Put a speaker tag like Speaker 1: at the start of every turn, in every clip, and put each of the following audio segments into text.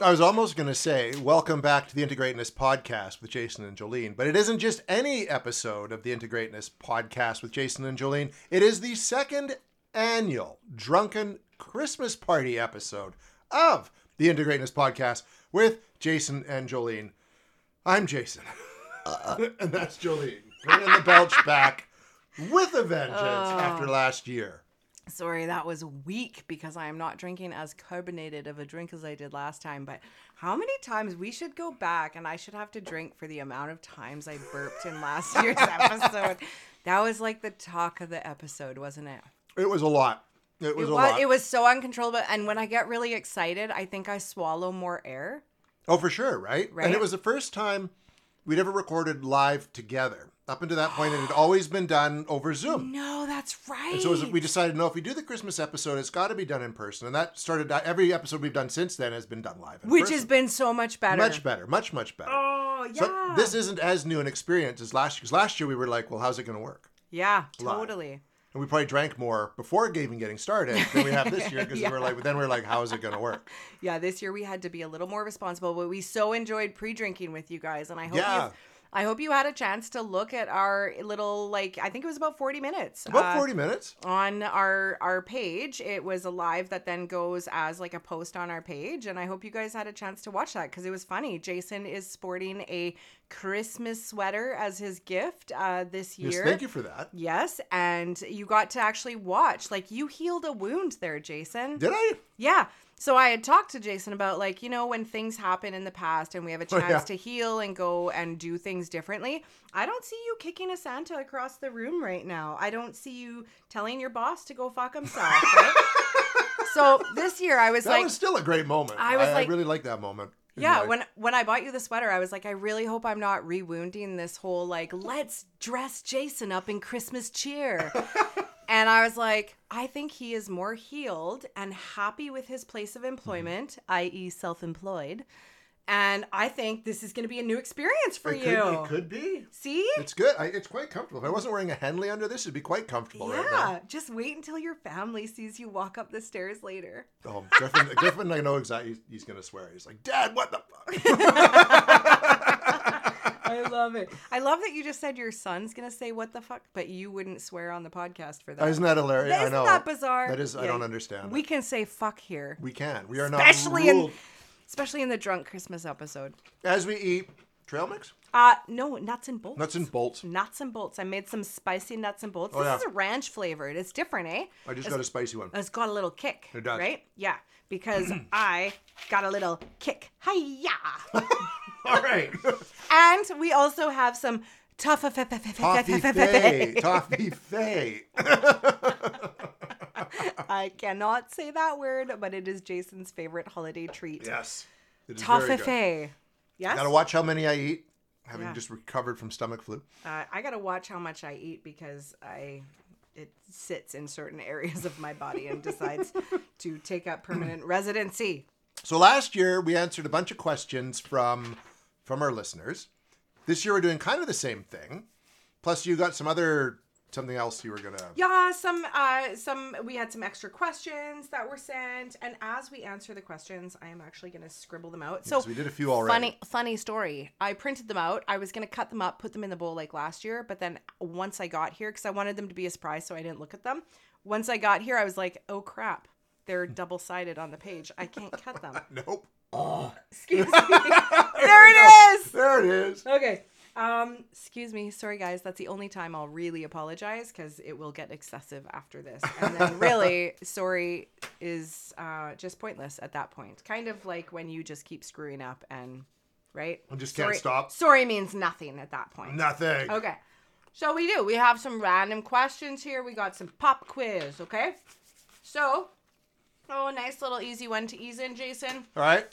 Speaker 1: I was almost going to say, welcome back to the Integrateness podcast with Jason and Jolene, but it isn't just any episode of the Integrateness podcast with Jason and Jolene. It is the second annual drunken Christmas party episode of the Integrateness podcast with Jason and Jolene. I'm Jason, and that's Jolene. Bringing the belch back with a vengeance
Speaker 2: Oh.
Speaker 1: after last year.
Speaker 2: Sorry, that was weak because I am not drinking as carbonated of a drink as I did last time. But how many times we should go back and I should have to drink for the amount of times I burped in last year's episode? That was like the talk of the episode, wasn't it?
Speaker 1: It was a lot. It was a
Speaker 2: It was,
Speaker 1: lot.
Speaker 2: it was so uncontrollable. And when I get really excited, I think I swallow more air.
Speaker 1: Oh, for sure, right? And it
Speaker 2: Right?
Speaker 1: was the first time we'd ever recorded live together. Up until that point, it had always been done over Zoom.
Speaker 2: No, that's right.
Speaker 1: And so as we decided, no, if we do the Christmas episode, it's got to be done in person. And that started uh, every episode we've done since then has been done live, in
Speaker 2: Which
Speaker 1: person.
Speaker 2: has been so much better.
Speaker 1: much better, much much better.
Speaker 2: Oh, yeah.
Speaker 1: So this isn't as new an experience as last year. Because last year we were like, well, how's it going to work?
Speaker 2: yeah,
Speaker 1: Live.
Speaker 2: totally.
Speaker 1: And we probably drank more before even getting started than we have this year because we were like, then we we're like, how is it going to work?
Speaker 2: Yeah, this year we had to be a little more responsible, but we so enjoyed pre-drinking with you guys, and I hope
Speaker 1: Yeah.
Speaker 2: you, I hope you had a chance to look at our little like I think it was about forty minutes.
Speaker 1: About
Speaker 2: uh,
Speaker 1: forty minutes.
Speaker 2: on our our page it was a live that then goes as like a post on our page and i hope you guys had a chance to watch that because it was funny jason is sporting a christmas sweater as his gift uh this year
Speaker 1: Yes, thank you for that.
Speaker 2: yes and you got to actually watch like you healed a wound there jason
Speaker 1: Did I?
Speaker 2: yeah. So I had talked to Jason about like, you know, when things happen in the past and we have a
Speaker 1: Oh,
Speaker 2: chance
Speaker 1: yeah.
Speaker 2: to heal and go and do things differently. I don't see you kicking a Santa across the room right now. I don't see you telling your boss to go fuck himself. right? so this year I was
Speaker 1: That
Speaker 2: like
Speaker 1: was still a great moment.
Speaker 2: I was
Speaker 1: I,
Speaker 2: like-
Speaker 1: really like that moment. in
Speaker 2: yeah,
Speaker 1: life.
Speaker 2: when when I bought you the sweater, I was like, I really hope I'm not rewounding this whole like, let's dress Jason up in Christmas cheer. and I was like, I think he is more healed and happy with his place of employment, i.e., self-employed. And I think this is going to be a new experience for
Speaker 1: it
Speaker 2: you.
Speaker 1: could, it could be.
Speaker 2: See?
Speaker 1: It's good. I, it's quite comfortable. If I wasn't wearing a Henley under this, it'd be quite comfortable
Speaker 2: Yeah,
Speaker 1: right
Speaker 2: just wait until your family sees you walk up the stairs later.
Speaker 1: now. Oh, Griffin, Griffin, I know exactly. He's, he's gonna swear. He's like, Dad, what the fuck?
Speaker 2: I love it. I love that you just said your son's going to say what the fuck, but you wouldn't swear on the podcast for that.
Speaker 1: Isn't that hilarious? I
Speaker 2: Isn't
Speaker 1: know.
Speaker 2: that bizarre?
Speaker 1: That is. I
Speaker 2: Yeah.
Speaker 1: don't understand.
Speaker 2: We
Speaker 1: We
Speaker 2: can say fuck here,
Speaker 1: we can. We are not
Speaker 2: especially in
Speaker 1: ruled.
Speaker 2: especially in the drunk Christmas episode.
Speaker 1: as we eat trail mix
Speaker 2: Uh no, nuts and bolts.
Speaker 1: nuts and bolts.
Speaker 2: Nuts and bolts. I made some spicy nuts and bolts.
Speaker 1: Oh,
Speaker 2: this
Speaker 1: yeah.
Speaker 2: is a ranch flavored. It's different, eh?
Speaker 1: I just
Speaker 2: it's,
Speaker 1: got a spicy one.
Speaker 2: it's got a little kick.
Speaker 1: It does.
Speaker 2: Right? Yeah, because I got a little kick. Hiya!
Speaker 1: All right.
Speaker 2: and we also have some tough
Speaker 1: Toffee Fay. Toffee Fay.
Speaker 2: I cannot say that word, but it is Jason's favorite holiday treat.
Speaker 1: Yes. It is very good.
Speaker 2: Toffee. Yes.
Speaker 1: Gotta watch how many I eat. Having
Speaker 2: Yeah.
Speaker 1: just recovered from stomach flu.
Speaker 2: Uh, I gotta watch how much I eat because I it sits in certain areas of my body and decides to take up permanent residency.
Speaker 1: So last year we answered a bunch of questions from from our listeners. This year we're doing kind of the same thing. Plus you got some other something else you were gonna.
Speaker 2: Yeah, some uh, some we had some extra questions that were sent, and as we answer the questions, I am actually gonna scribble them out. So
Speaker 1: So we did a few already.
Speaker 2: funny funny story i printed them out i was going to cut them up put them in the bowl like last year but then once i got here because i wanted them to be a surprise so i didn't look at them once i got here i was like oh crap they're double-sided on the page i can't cut them
Speaker 1: Nope.
Speaker 2: excuse me there it is
Speaker 1: There it is.
Speaker 2: okay um excuse me sorry guys that's the only time i'll really apologize because it will get excessive after this and then really sorry is uh just pointless at that point kind of like when you just keep screwing up and right
Speaker 1: I just can't stop.
Speaker 2: Sorry means nothing at that point.
Speaker 1: Nothing.
Speaker 2: Okay. So we do. We have some random questions here. We got some pop quiz, okay? So, oh, nice little easy one to ease in, Jason.
Speaker 1: All right.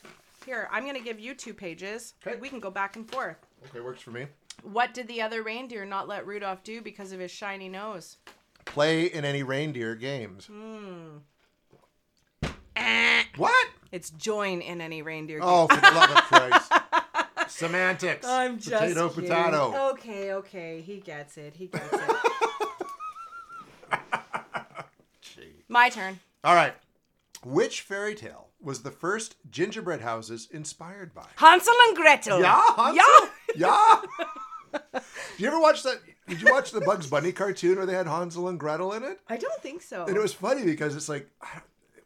Speaker 2: Here, I'm going to give you two pages.
Speaker 1: Okay.
Speaker 2: We can go back and forth.
Speaker 1: Okay, works for me.
Speaker 2: What did the other reindeer not let Rudolph do because of his shiny nose?
Speaker 1: Play in any reindeer games.
Speaker 2: Hmm.
Speaker 1: What?
Speaker 2: It's join in any reindeer game.
Speaker 1: Oh, for the love of Christ. Semantics.
Speaker 2: I'm just
Speaker 1: potato,
Speaker 2: kidding. Oh.
Speaker 1: potato.
Speaker 2: Okay, okay, he gets it. He gets it. My turn.
Speaker 1: All right. Which fairy tale was the first gingerbread houses inspired by?
Speaker 2: Hansel and Gretel.
Speaker 1: Yeah, Hansel.
Speaker 2: Yeah.
Speaker 1: Yeah. Did you ever watch that? Did you watch the Bugs Bunny cartoon where they had Hansel and Gretel in it?
Speaker 2: I don't think so.
Speaker 1: And it was funny because it's like I don't-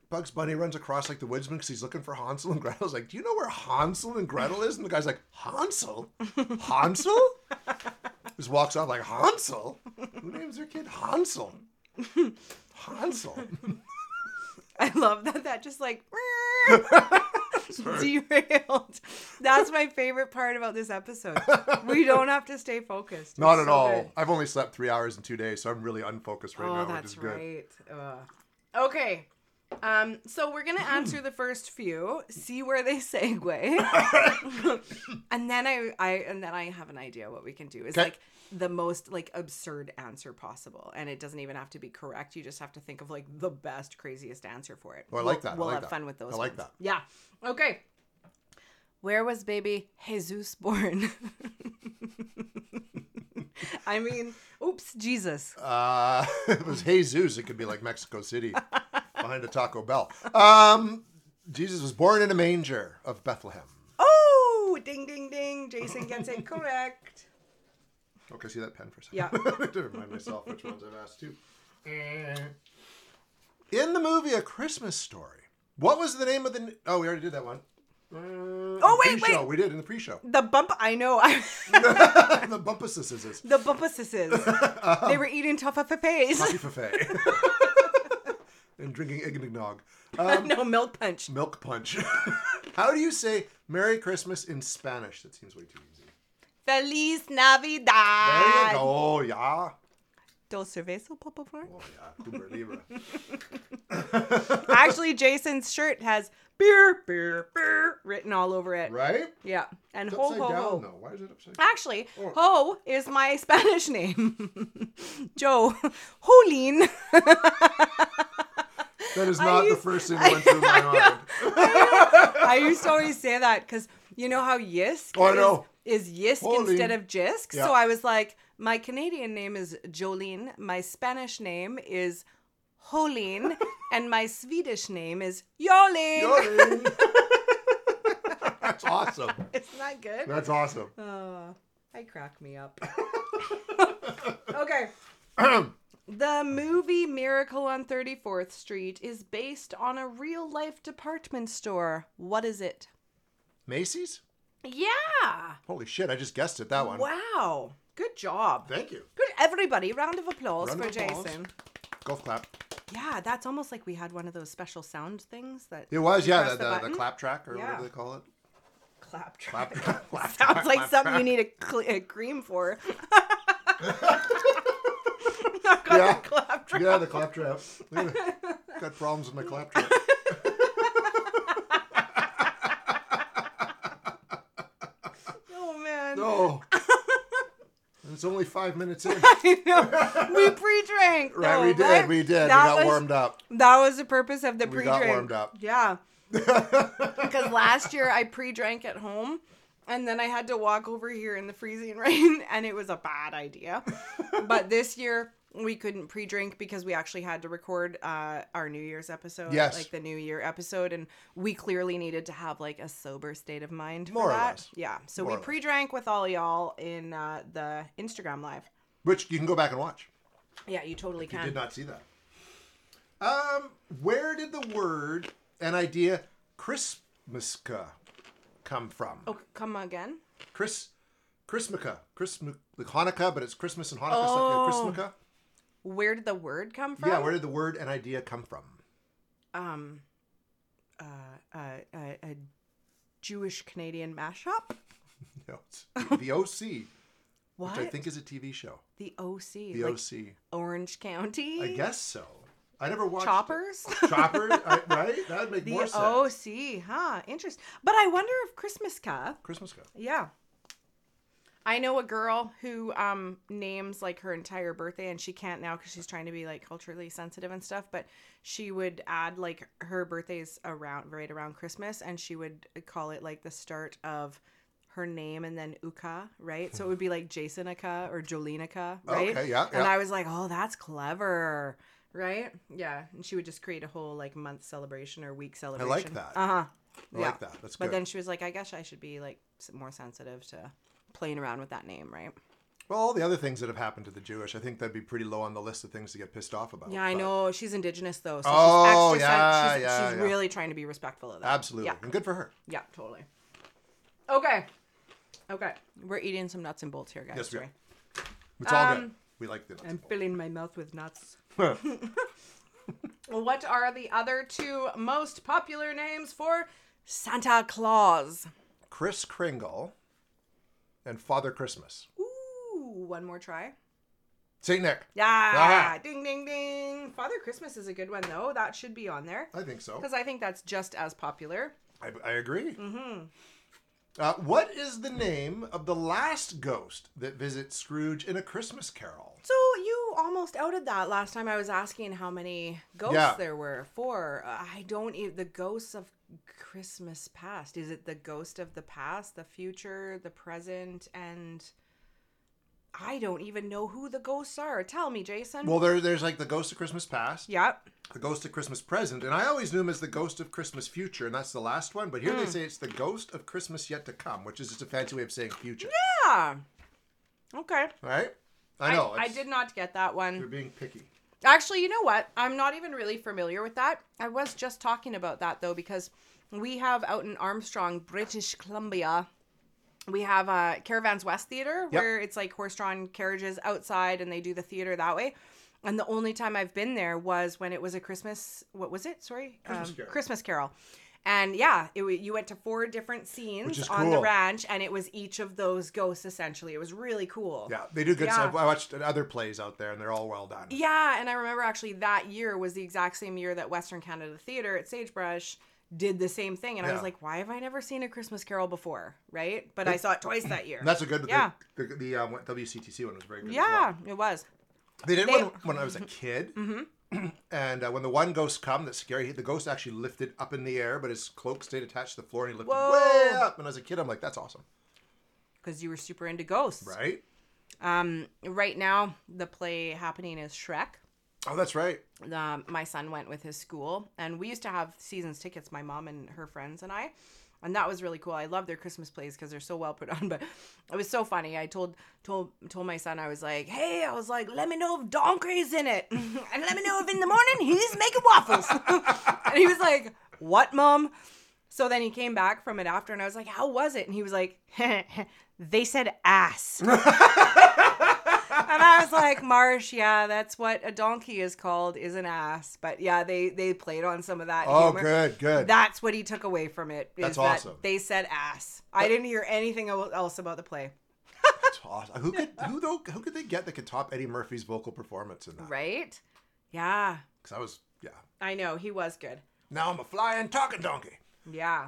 Speaker 1: Bugs Bunny runs across like the woodsman because he's looking for Hansel and Gretel. It's like, do you know where Hansel and Gretel is? And the guy's like, Hansel, Hansel. Just walks off like Hansel. Who names their kid Hansel? Hansel.
Speaker 2: I love that. That just like derailed. That's my favorite part about this episode. We don't have to stay focused. It's
Speaker 1: Not at
Speaker 2: so
Speaker 1: all.
Speaker 2: good.
Speaker 1: I've only slept three hours in two days, so I'm really unfocused right
Speaker 2: oh,
Speaker 1: now, which
Speaker 2: that's
Speaker 1: is good.
Speaker 2: right. Ugh. Okay. Um, so we're gonna answer the first few, see where they segue, and then I, I and then I have an idea what we can do. Is
Speaker 1: 'Kay.
Speaker 2: like the most like absurd answer possible, and it doesn't even have to be correct. You just have to think of like the best, craziest answer for it.
Speaker 1: Oh, I like that. I
Speaker 2: We'll
Speaker 1: like
Speaker 2: have
Speaker 1: that.
Speaker 2: fun with those.
Speaker 1: I like
Speaker 2: ones.
Speaker 1: that.
Speaker 2: Yeah. Okay. Where was baby Jesus born? I mean, oops, Jesus.
Speaker 1: Uh, if it was Jesus. It could be like Mexico City behind a Taco Bell. Um, Jesus was born in a manger of Bethlehem.
Speaker 2: Oh, ding, ding, ding. Jason gets it correct.
Speaker 1: Okay, see that pen for a second.
Speaker 2: Yeah.
Speaker 1: to remind myself which ones I've asked too. In the movie A Christmas Story, what was the name of the? Oh, we already did that one. Uh,
Speaker 2: Oh, wait,
Speaker 1: pre-show.
Speaker 2: wait.
Speaker 1: We did in the pre-show.
Speaker 2: The bump, I know. I,
Speaker 1: the bumpus is
Speaker 2: the
Speaker 1: Uh-huh.
Speaker 2: bumpuses. they were eating tofafes.
Speaker 1: coffee buffet and drinking eggnog. Uh,
Speaker 2: no, milk punch.
Speaker 1: Milk punch. How do you say Merry Christmas in Spanish? That seems way too easy.
Speaker 2: Feliz
Speaker 1: There you
Speaker 2: Navidad.
Speaker 1: go. Oh, yeah.
Speaker 2: Dos cerveza, por favor.
Speaker 1: Oh, yeah. Cuba Libre.
Speaker 2: Actually, Jason's shirt has beer, beer, beer written all over it.
Speaker 1: Right?
Speaker 2: Yeah. And
Speaker 1: It's
Speaker 2: ho,
Speaker 1: upside
Speaker 2: ho,
Speaker 1: down, Oh.
Speaker 2: ho.
Speaker 1: though. Why is it upside down?
Speaker 2: Actually, Ho is my Spanish name. Joe. Jolene.
Speaker 1: That is not the
Speaker 2: used-
Speaker 1: first thing that went through my mind.
Speaker 2: I used to always say that because you know how yisk
Speaker 1: Oh, I
Speaker 2: is,
Speaker 1: know.
Speaker 2: is yisk
Speaker 1: Holy.
Speaker 2: instead of jisk.
Speaker 1: Yeah.
Speaker 2: So I was like, my Canadian name is Jolene, my Spanish name is Jolene, and my Swedish name is Jolene.
Speaker 1: Yawning. That's awesome.
Speaker 2: Isn't that good?
Speaker 1: That's awesome.
Speaker 2: Oh, I crack me up. okay. The movie Miracle on 34th Street is based on a real life department store. What is it?
Speaker 1: Macy's?
Speaker 2: Yeah.
Speaker 1: Holy shit, I just guessed it, that one.
Speaker 2: Wow. Good job.
Speaker 1: Thank you.
Speaker 2: Good everybody. Round of applause
Speaker 1: Round
Speaker 2: for
Speaker 1: of applause.
Speaker 2: Jason.
Speaker 1: Golf clap.
Speaker 2: Yeah, that's almost like we had one of those special sound things that
Speaker 1: It was,
Speaker 2: You
Speaker 1: yeah,
Speaker 2: press
Speaker 1: the,
Speaker 2: the
Speaker 1: the, the
Speaker 2: button?
Speaker 1: clap track or
Speaker 2: Yeah.
Speaker 1: whatever they call it.
Speaker 2: clap
Speaker 1: Clap
Speaker 2: track.
Speaker 1: track. Clap
Speaker 2: Sounds
Speaker 1: track,
Speaker 2: like
Speaker 1: clap
Speaker 2: something you
Speaker 1: track.
Speaker 2: need a, cl- a cream for.
Speaker 1: Yeah.
Speaker 2: yeah. clap track.
Speaker 1: Yeah, the claptrap. Look at it. Got problems with my claptrap.
Speaker 2: Oh man.
Speaker 1: No. And it's only five minutes in.
Speaker 2: I know. We pre-drank.
Speaker 1: Right,
Speaker 2: though,
Speaker 1: we did.
Speaker 2: right?
Speaker 1: We did.
Speaker 2: Oh, That
Speaker 1: we got
Speaker 2: was,
Speaker 1: warmed up.
Speaker 2: That was the purpose of the
Speaker 1: We
Speaker 2: pre-drink.
Speaker 1: got warmed up.
Speaker 2: Yeah. because last year I pre-drank at home and then I had to walk over here in the freezing rain and it was a bad idea. but this year we couldn't pre-drink because we actually had to record uh, our New Year's episode,
Speaker 1: Yes.
Speaker 2: like the New Year episode, and we clearly needed to have like a sober state of mind. for
Speaker 1: More or
Speaker 2: that.
Speaker 1: less.
Speaker 2: Yeah. So
Speaker 1: More or
Speaker 2: we
Speaker 1: less.
Speaker 2: pre-drank with all y'all in uh, the Instagram live.
Speaker 1: Which you can go back and watch.
Speaker 2: Yeah, you totally
Speaker 1: You
Speaker 2: can.
Speaker 1: did not see that. Um, where did the word and idea Christmaska come from?
Speaker 2: Oh, come again.
Speaker 1: Chris, Christmaka, Christm, like Hanukkah, but it's Christmas and Hanukkah. so,
Speaker 2: Oh.
Speaker 1: like, Christmaka.
Speaker 2: Where did the word come from?
Speaker 1: Yeah, where did the word and idea come from?
Speaker 2: um, uh, uh, uh, a Jewish Canadian mashup.
Speaker 1: No, it's the OC,
Speaker 2: What?
Speaker 1: which I think is a TV show.
Speaker 2: the OC,
Speaker 1: The
Speaker 2: like
Speaker 1: OC.
Speaker 2: E? Orange County
Speaker 1: I guess so. I never watched it.
Speaker 2: choppers.
Speaker 1: Chopper, I, right? That would make
Speaker 2: the
Speaker 1: more sense.
Speaker 2: OC, huh? Interesting. But I wonder if Christmas Cup.
Speaker 1: Christmas cup.
Speaker 2: Yeah. I know a girl who um names like her entire birthday and she can't now cuz she's trying to be like culturally sensitive and stuff, but she would add like her birthday's around right around Christmas and she would uh, call it like the start of her name and then Uka, right? So it would be like Jasonica or Jolenica, right?
Speaker 1: Okay, yeah,
Speaker 2: And
Speaker 1: yeah.
Speaker 2: I was like, "Oh, that's clever." Right? Yeah. And she would just create a whole like month celebration or week
Speaker 1: I
Speaker 2: celebration.
Speaker 1: like that.
Speaker 2: Uh huh.
Speaker 1: I
Speaker 2: yeah.
Speaker 1: like that. That's
Speaker 2: But
Speaker 1: good.
Speaker 2: then she was like, I guess I should be like s- more sensitive to playing around with that name, right?
Speaker 1: well, all the other things that have happened to the Jewish, I think that'd be pretty low on the list of things to get pissed off about.
Speaker 2: Yeah, I
Speaker 1: but
Speaker 2: know she's indigenous though, so
Speaker 1: Oh,
Speaker 2: she's extra.
Speaker 1: yeah,
Speaker 2: sen- she's,
Speaker 1: yeah,
Speaker 2: she's
Speaker 1: yeah.
Speaker 2: really trying to be respectful of that.
Speaker 1: Absolutely.
Speaker 2: Yeah,
Speaker 1: And good for her.
Speaker 2: yeah, totally. Okay, okay, we're eating some nuts and bolts here, guys.
Speaker 1: Yes, we are.
Speaker 2: Sorry.
Speaker 1: It's all good.
Speaker 2: Um,
Speaker 1: We like the nuts.
Speaker 2: I'm filling my mouth with nuts.
Speaker 1: Well,
Speaker 2: What are the other two most popular names for Santa Claus?
Speaker 1: Chris Kringle and Father Christmas.
Speaker 2: Ooh, one more try.
Speaker 1: St. Nick.
Speaker 2: Yeah,
Speaker 1: Ah.
Speaker 2: ding, ding, ding. Father Christmas is a good one though. That should be on there
Speaker 1: I think so.
Speaker 2: because I think that's just as popular.
Speaker 1: I, I agree. Mm-hmm. Uh, what is the name of the last ghost that visits Scrooge in A Christmas Carol?
Speaker 2: So you almost outed that last time I was asking how many ghosts
Speaker 1: Yeah.
Speaker 2: there were. Four. I don't even the ghosts of Christmas past. Is it the ghost of the past, the future, the present, and I don't even know who the ghosts are. Tell me, Jason.
Speaker 1: Well, there, there's like the ghost of Christmas past,
Speaker 2: yep.
Speaker 1: the ghost of Christmas present, and I always knew him as the ghost of Christmas future, and that's the last one. But here
Speaker 2: Hmm.
Speaker 1: they say it's the ghost of Christmas yet to come, which is just a fancy way of saying future.
Speaker 2: Yeah. Okay.
Speaker 1: Right? I know.
Speaker 2: I,
Speaker 1: it's-
Speaker 2: did not get that
Speaker 1: You're
Speaker 2: one.
Speaker 1: being picky.
Speaker 2: Actually, you know what? I'm not even really familiar with that. I was just talking about that though because we have out in Armstrong, British Columbia, we have uh, Caravans West Theater
Speaker 1: Yep.
Speaker 2: where it's like horse-drawn carriages outside and they do the theater that way. And the only time I've been there was when it was a Christmas. What was it? Sorry, Um,
Speaker 1: Christmas Carol.
Speaker 2: Christmas Carol. And yeah, it, wa- you went to four different scenes
Speaker 1: is
Speaker 2: on the
Speaker 1: cool.
Speaker 2: ranch, and it was each of those ghosts essentially. It was really cool.
Speaker 1: Yeah, they do good
Speaker 2: Yeah.
Speaker 1: stuff. I watched other plays out there, and they're all well done.
Speaker 2: Yeah, and I remember actually that year was the exact same year that Western Canada Theatre at Sagebrush did the same thing, and I
Speaker 1: Yeah.
Speaker 2: was like, why have I never seen a Christmas Carol before? Right? But I saw it twice that year.
Speaker 1: And that's a good.
Speaker 2: Yeah.
Speaker 1: The, the, the um, WCTC one was very good. as well.
Speaker 2: yeah, it was.
Speaker 1: They did
Speaker 2: They- Mm-hmm.
Speaker 1: one when I was a kid. And uh, when the one ghost come, that's scary. The ghost actually lifted up in the air, but his cloak stayed attached to the floor, and he lifted
Speaker 2: Whoa.
Speaker 1: way up. And as a kid, I'm like, "That's awesome,
Speaker 2: Because you were super into ghosts.
Speaker 1: right?"
Speaker 2: Um, right now, the play happening is Shrek.
Speaker 1: Oh, that's right.
Speaker 2: um, my son went with his school and we used to have seasons tickets my mom and her friends and i and that was really cool i love their christmas plays because they're so well put on but it was so funny i told told told my son i was like hey i was like let me know if donkey's in it and let me know if in the morning he's making waffles and he was like what mom so then he came back from it after and i was like how was it and he was like they said ass and I was like, Marsh, yeah, that's what a donkey is called, is an ass. But yeah, they they played on some of that.
Speaker 1: Oh,
Speaker 2: humor.
Speaker 1: good, good.
Speaker 2: That's what he took away from it. is
Speaker 1: That's
Speaker 2: that
Speaker 1: awesome.
Speaker 2: They said ass. I didn't hear anything el- else about the play.
Speaker 1: That's awesome. Who could who though? Who could they get that could top Eddie Murphy's vocal performance in that?
Speaker 2: Right? Yeah,
Speaker 1: Because I was, yeah.
Speaker 2: I know he was good.
Speaker 1: Now I'm a flying talking donkey.
Speaker 2: Yeah.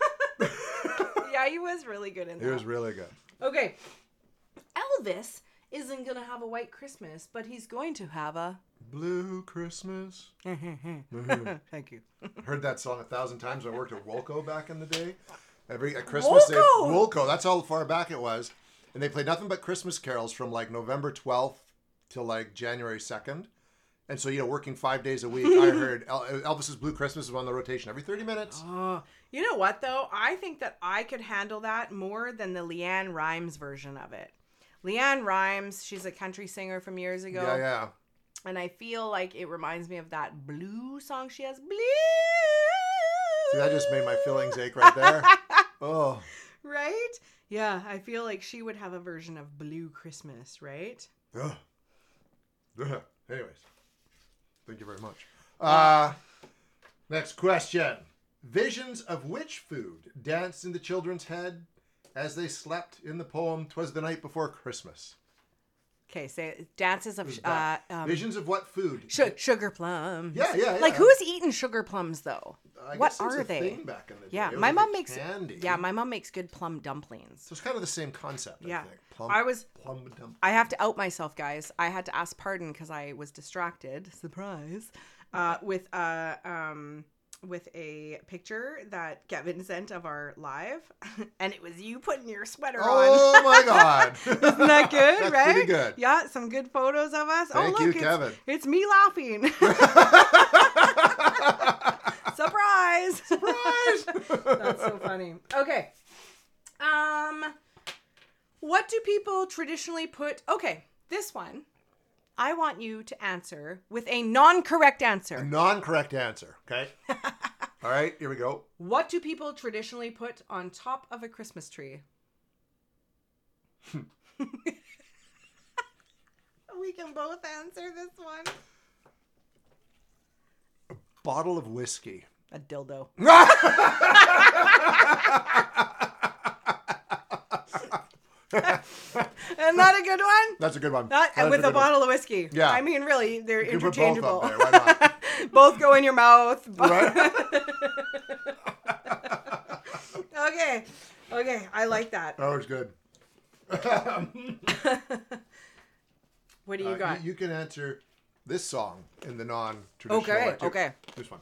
Speaker 2: yeah, he was really good in
Speaker 1: It
Speaker 2: that.
Speaker 1: was really good.
Speaker 2: okay. Elvis isn't going to have a white Christmas, but he's going to have a.
Speaker 1: Blue Christmas.
Speaker 2: Thank you.
Speaker 1: Heard that song a thousand times. when I worked at Wolco back in the day. Every at Christmas, They,
Speaker 2: Wolco!
Speaker 1: Wolco. That's how far back it was, and they played nothing but Christmas carols from like November twelfth till like January second. And so, you know, working five days a week, I heard El- Elvis's Blue Christmas was on the rotation every thirty minutes.
Speaker 2: Oh, you know what though? I think that I could handle that more than the Leanne Rhymes version of it. Leanne Rhymes, she's a country singer from years ago,
Speaker 1: Yeah, yeah.
Speaker 2: and I feel like it reminds me of that blue song she has. Blue.
Speaker 1: See, that just made my feelings ache right there. Oh,
Speaker 2: right? Yeah, I feel like she would have a version of Blue Christmas, right?
Speaker 1: Ugh. Ugh. Anyways, thank you very much. Uh, next question. Visions of which food danced in the children's head as they slept in the poem "Twas the Night Before Christmas"?
Speaker 2: Okay, say dances of
Speaker 1: Who's
Speaker 2: uh,
Speaker 1: that?
Speaker 2: um,
Speaker 1: Visions of what food?
Speaker 2: su- sugar plums.
Speaker 1: Yeah, yeah,
Speaker 2: Like
Speaker 1: yeah.
Speaker 2: who's eating sugar plums though?
Speaker 1: I
Speaker 2: what
Speaker 1: guess that's
Speaker 2: are
Speaker 1: a
Speaker 2: they?
Speaker 1: Thing back in the day.
Speaker 2: Yeah,
Speaker 1: It was
Speaker 2: my
Speaker 1: like
Speaker 2: mom
Speaker 1: a
Speaker 2: makes
Speaker 1: candy.
Speaker 2: Yeah, my mom makes good plum dumplings.
Speaker 1: so it's kind of the same concept. I
Speaker 2: Yeah.
Speaker 1: think. Plum,
Speaker 2: I was-
Speaker 1: plum dump.
Speaker 2: I have to out myself, guys. I had to ask pardon because I was distracted. Surprise. Uh, with uh, um, with a picture that Kevin sent of our live, and it was you putting your sweater on.
Speaker 1: Oh my god!
Speaker 2: Isn't that good?
Speaker 1: That's
Speaker 2: right?
Speaker 1: Pretty good.
Speaker 2: Yeah, some good photos of us.
Speaker 1: Thank
Speaker 2: oh
Speaker 1: you,
Speaker 2: look, it's,
Speaker 1: Kevin.
Speaker 2: it's me laughing. Surprise! That's so funny. Okay. Um what do people traditionally put Okay, this one I want you to answer with a non-correct answer.
Speaker 1: Non-correct answer. Okay. All right. Here we go.
Speaker 2: What do people traditionally put on top of a Christmas tree? we can both answer this one.
Speaker 1: Bottle of whiskey.
Speaker 2: A dildo. Isn't that a good one?
Speaker 1: That's a good one.
Speaker 2: That,
Speaker 1: That's
Speaker 2: with a
Speaker 1: good one.
Speaker 2: bottle of whiskey.
Speaker 1: Yeah.
Speaker 2: I mean, really, they're
Speaker 1: You can put both
Speaker 2: interchangeable.
Speaker 1: up there. Why not?
Speaker 2: both go in your mouth. Bo-
Speaker 1: Right?
Speaker 2: okay. Okay. I like that.
Speaker 1: That was good.
Speaker 2: What do you
Speaker 1: Uh,
Speaker 2: got?
Speaker 1: You, can answer this song in the non-traditional
Speaker 2: Okay,
Speaker 1: way, too.
Speaker 2: okay.
Speaker 1: This one.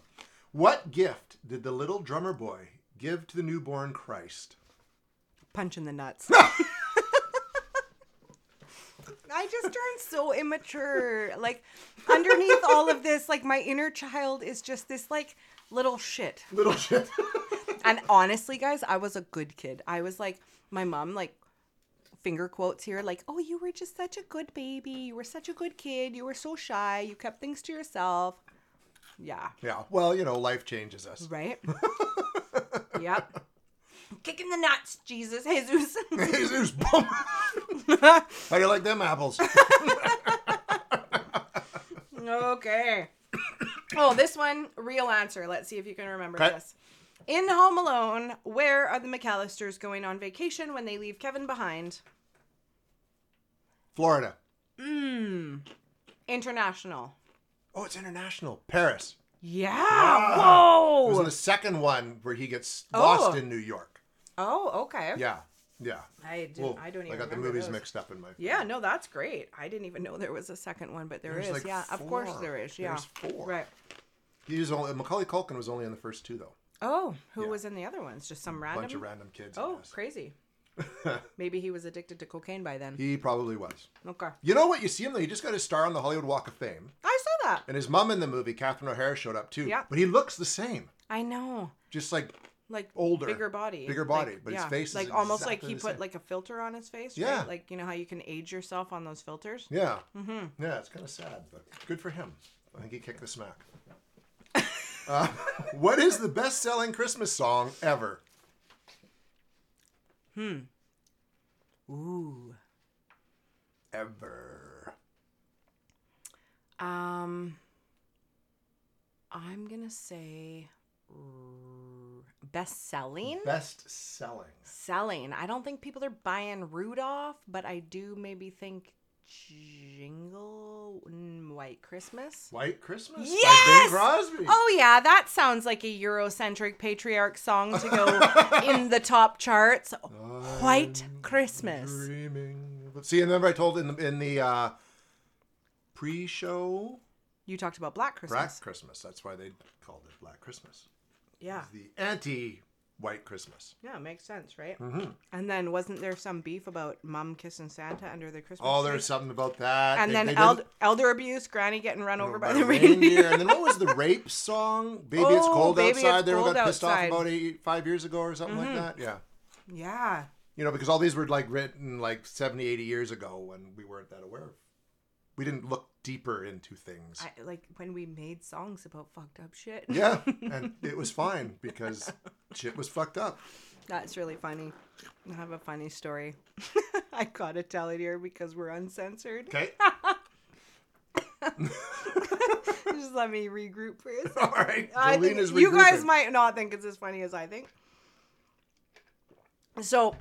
Speaker 1: What gift did the little drummer boy give to the newborn Christ?
Speaker 2: Punch in the nuts. I just turned so immature. Like, underneath all of this, like, my inner child is just this, like, little shit.
Speaker 1: Little shit.
Speaker 2: And honestly, guys, I was a good kid. I was like, my mom, like, finger quotes here, like, oh, you were just such a good baby. You were such a good kid. You were so shy. You kept things to yourself. Yeah.
Speaker 1: yeah. Well, you know, life changes us.
Speaker 2: Right? yep. Kicking the nuts, Jesus, Jesus.
Speaker 1: Jesus, bum. How do you like them apples?
Speaker 2: okay. Oh, this one, real answer. Let's see if you can remember
Speaker 1: Okay.
Speaker 2: this. In Home Alone, where are the McAllisters going on vacation when they leave Kevin behind?
Speaker 1: Florida. Hmm.
Speaker 2: International.
Speaker 1: Oh, it's international. Paris.
Speaker 2: Yeah.
Speaker 1: Ah. It was
Speaker 2: Whoa.
Speaker 1: in the second one where he gets lost
Speaker 2: Oh.
Speaker 1: in New York.
Speaker 2: oh, okay.
Speaker 1: Yeah. Yeah.
Speaker 2: I did.
Speaker 1: Well,
Speaker 2: I don't even.
Speaker 1: I got the
Speaker 2: remember
Speaker 1: movies
Speaker 2: those.
Speaker 1: mixed up in my.
Speaker 2: Yeah. No, that's great. I didn't even know there was a second one, but there
Speaker 1: There's
Speaker 2: is.
Speaker 1: like
Speaker 2: yeah. Of course
Speaker 1: four.
Speaker 2: there is. Yeah.
Speaker 1: There's four.
Speaker 2: Right.
Speaker 1: He was only Macaulay Culkin was only in the first two though.
Speaker 2: Oh, who
Speaker 1: Yeah.
Speaker 2: was in the other ones? Just some random.
Speaker 1: Bunch of random kids. I
Speaker 2: oh,
Speaker 1: guess.
Speaker 2: crazy. Maybe he was addicted to cocaine by then.
Speaker 1: He probably was.
Speaker 2: Okay.
Speaker 1: You know what? You see him though. He just got his star on the Hollywood Walk of Fame,
Speaker 2: I saw that.
Speaker 1: and his mom in the movie, Catherine O'Hara, showed up too.
Speaker 2: Yeah.
Speaker 1: But he looks the same,
Speaker 2: I know.
Speaker 1: just like
Speaker 2: Like
Speaker 1: Older.
Speaker 2: bigger body,
Speaker 1: Bigger
Speaker 2: Like,
Speaker 1: body, but his face is
Speaker 2: like almost like
Speaker 1: exactly
Speaker 2: he
Speaker 1: the
Speaker 2: put
Speaker 1: same.
Speaker 2: like a filter on his face.
Speaker 1: Yeah.
Speaker 2: right? like you know how you can age yourself on those filters.
Speaker 1: yeah, mm-hmm. yeah. It's kind of sad, but good for him. I think he kicked the smack. Uh, what is the best-selling Christmas song ever?
Speaker 2: Ooh.
Speaker 1: Ever.
Speaker 2: Um, I'm gonna say r- best selling.
Speaker 1: Best-selling.
Speaker 2: Selling. I don't think people are buying Rudolph, but I do maybe think Jingle mm, White Christmas.
Speaker 1: White Christmas by
Speaker 2: Yes!
Speaker 1: Bing Crosby.
Speaker 2: Oh yeah, that sounds like a Eurocentric patriarch song to go in the top charts.
Speaker 1: Uh,
Speaker 2: White Christmas.
Speaker 1: Dreaming. of- See, and remember I told in the in the uh, pre-show
Speaker 2: You talked about Black Christmas.
Speaker 1: Black Christmas. That's why they called it Black Christmas.
Speaker 2: Yeah.
Speaker 1: It's the anti-white Christmas.
Speaker 2: Yeah, makes sense, right?
Speaker 1: Mm-hmm.
Speaker 2: And then wasn't there some beef about mom kissing Santa under the Christmas
Speaker 1: Oh,
Speaker 2: tree?
Speaker 1: there's something about that.
Speaker 2: and
Speaker 1: They-
Speaker 2: then
Speaker 1: they
Speaker 2: eld-
Speaker 1: did it
Speaker 2: elder abuse, granny getting run over by,
Speaker 1: by
Speaker 2: the reindeer.
Speaker 1: and then what was the rape song? Baby, it's
Speaker 2: Oh,
Speaker 1: cold
Speaker 2: Baby, It's
Speaker 1: outside. they were
Speaker 2: Cold
Speaker 1: got pissed off
Speaker 2: Outside. Mm-hmm.
Speaker 1: about eight, five years ago or something like that. Yeah.
Speaker 2: yeah.
Speaker 1: You know, because all these were like written like 70, 80 years ago, and we weren't that aware. of. We didn't look deeper into things.
Speaker 2: I, like when we made songs about fucked up shit.
Speaker 1: Yeah, and it was fine because shit was fucked up.
Speaker 2: That's really funny. I have a funny story. I gotta tell it here because we're uncensored.
Speaker 1: Okay.
Speaker 2: Just let me regroup for a second.
Speaker 1: All right.
Speaker 2: I
Speaker 1: Jolene
Speaker 2: think
Speaker 1: is
Speaker 2: you guys
Speaker 1: regrouping.
Speaker 2: might not think it's as funny as I think. So,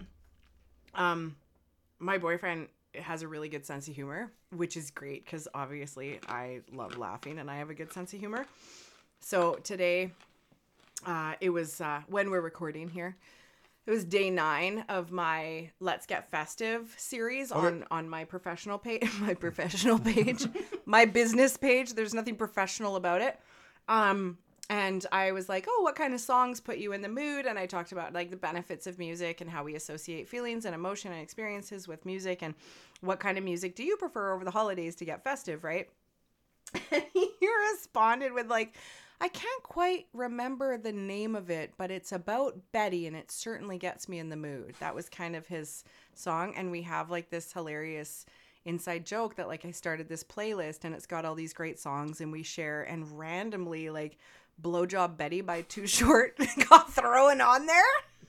Speaker 2: um, my boyfriend has a really good sense of humor, which is great because obviously I love laughing and I have a good sense of humor. So today, uh, it was uh, when we're recording here. It was day nine of my "Let's Get Festive" series on on my professional page, my professional page, my business page. There's nothing professional about it. Um, and I was like, "Oh, what kind of songs put you in the mood?" And I talked about like the benefits of music and how we associate feelings and emotion and experiences with music and what kind of music do you prefer over the holidays to get festive, right? And he responded with like, "I can't quite remember the name of it, but it's about Betty and it certainly gets me in the mood." That was kind of his song and we have like this hilarious inside joke that like I started this playlist and it's got all these great songs and we share and randomly like Blowjob Betty by Too Short got thrown on there.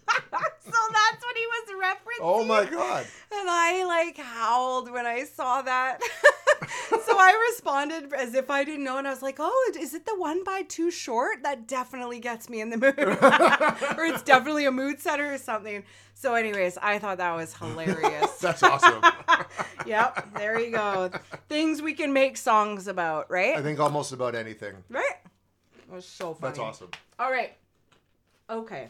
Speaker 2: so that's what he was referencing.
Speaker 1: Oh my god.
Speaker 2: And I like howled when I saw that. so I responded as if I didn't know and I was like, "Oh, is it the one by Too Short? That definitely gets me in the mood." or it's definitely a mood setter or something. So anyways, I thought that was hilarious.
Speaker 1: That's awesome.
Speaker 2: yep, there you go. Things we can make songs about, right?
Speaker 1: I think almost about anything.
Speaker 2: right? That was so funny.
Speaker 1: That's awesome.
Speaker 2: All right. Okay.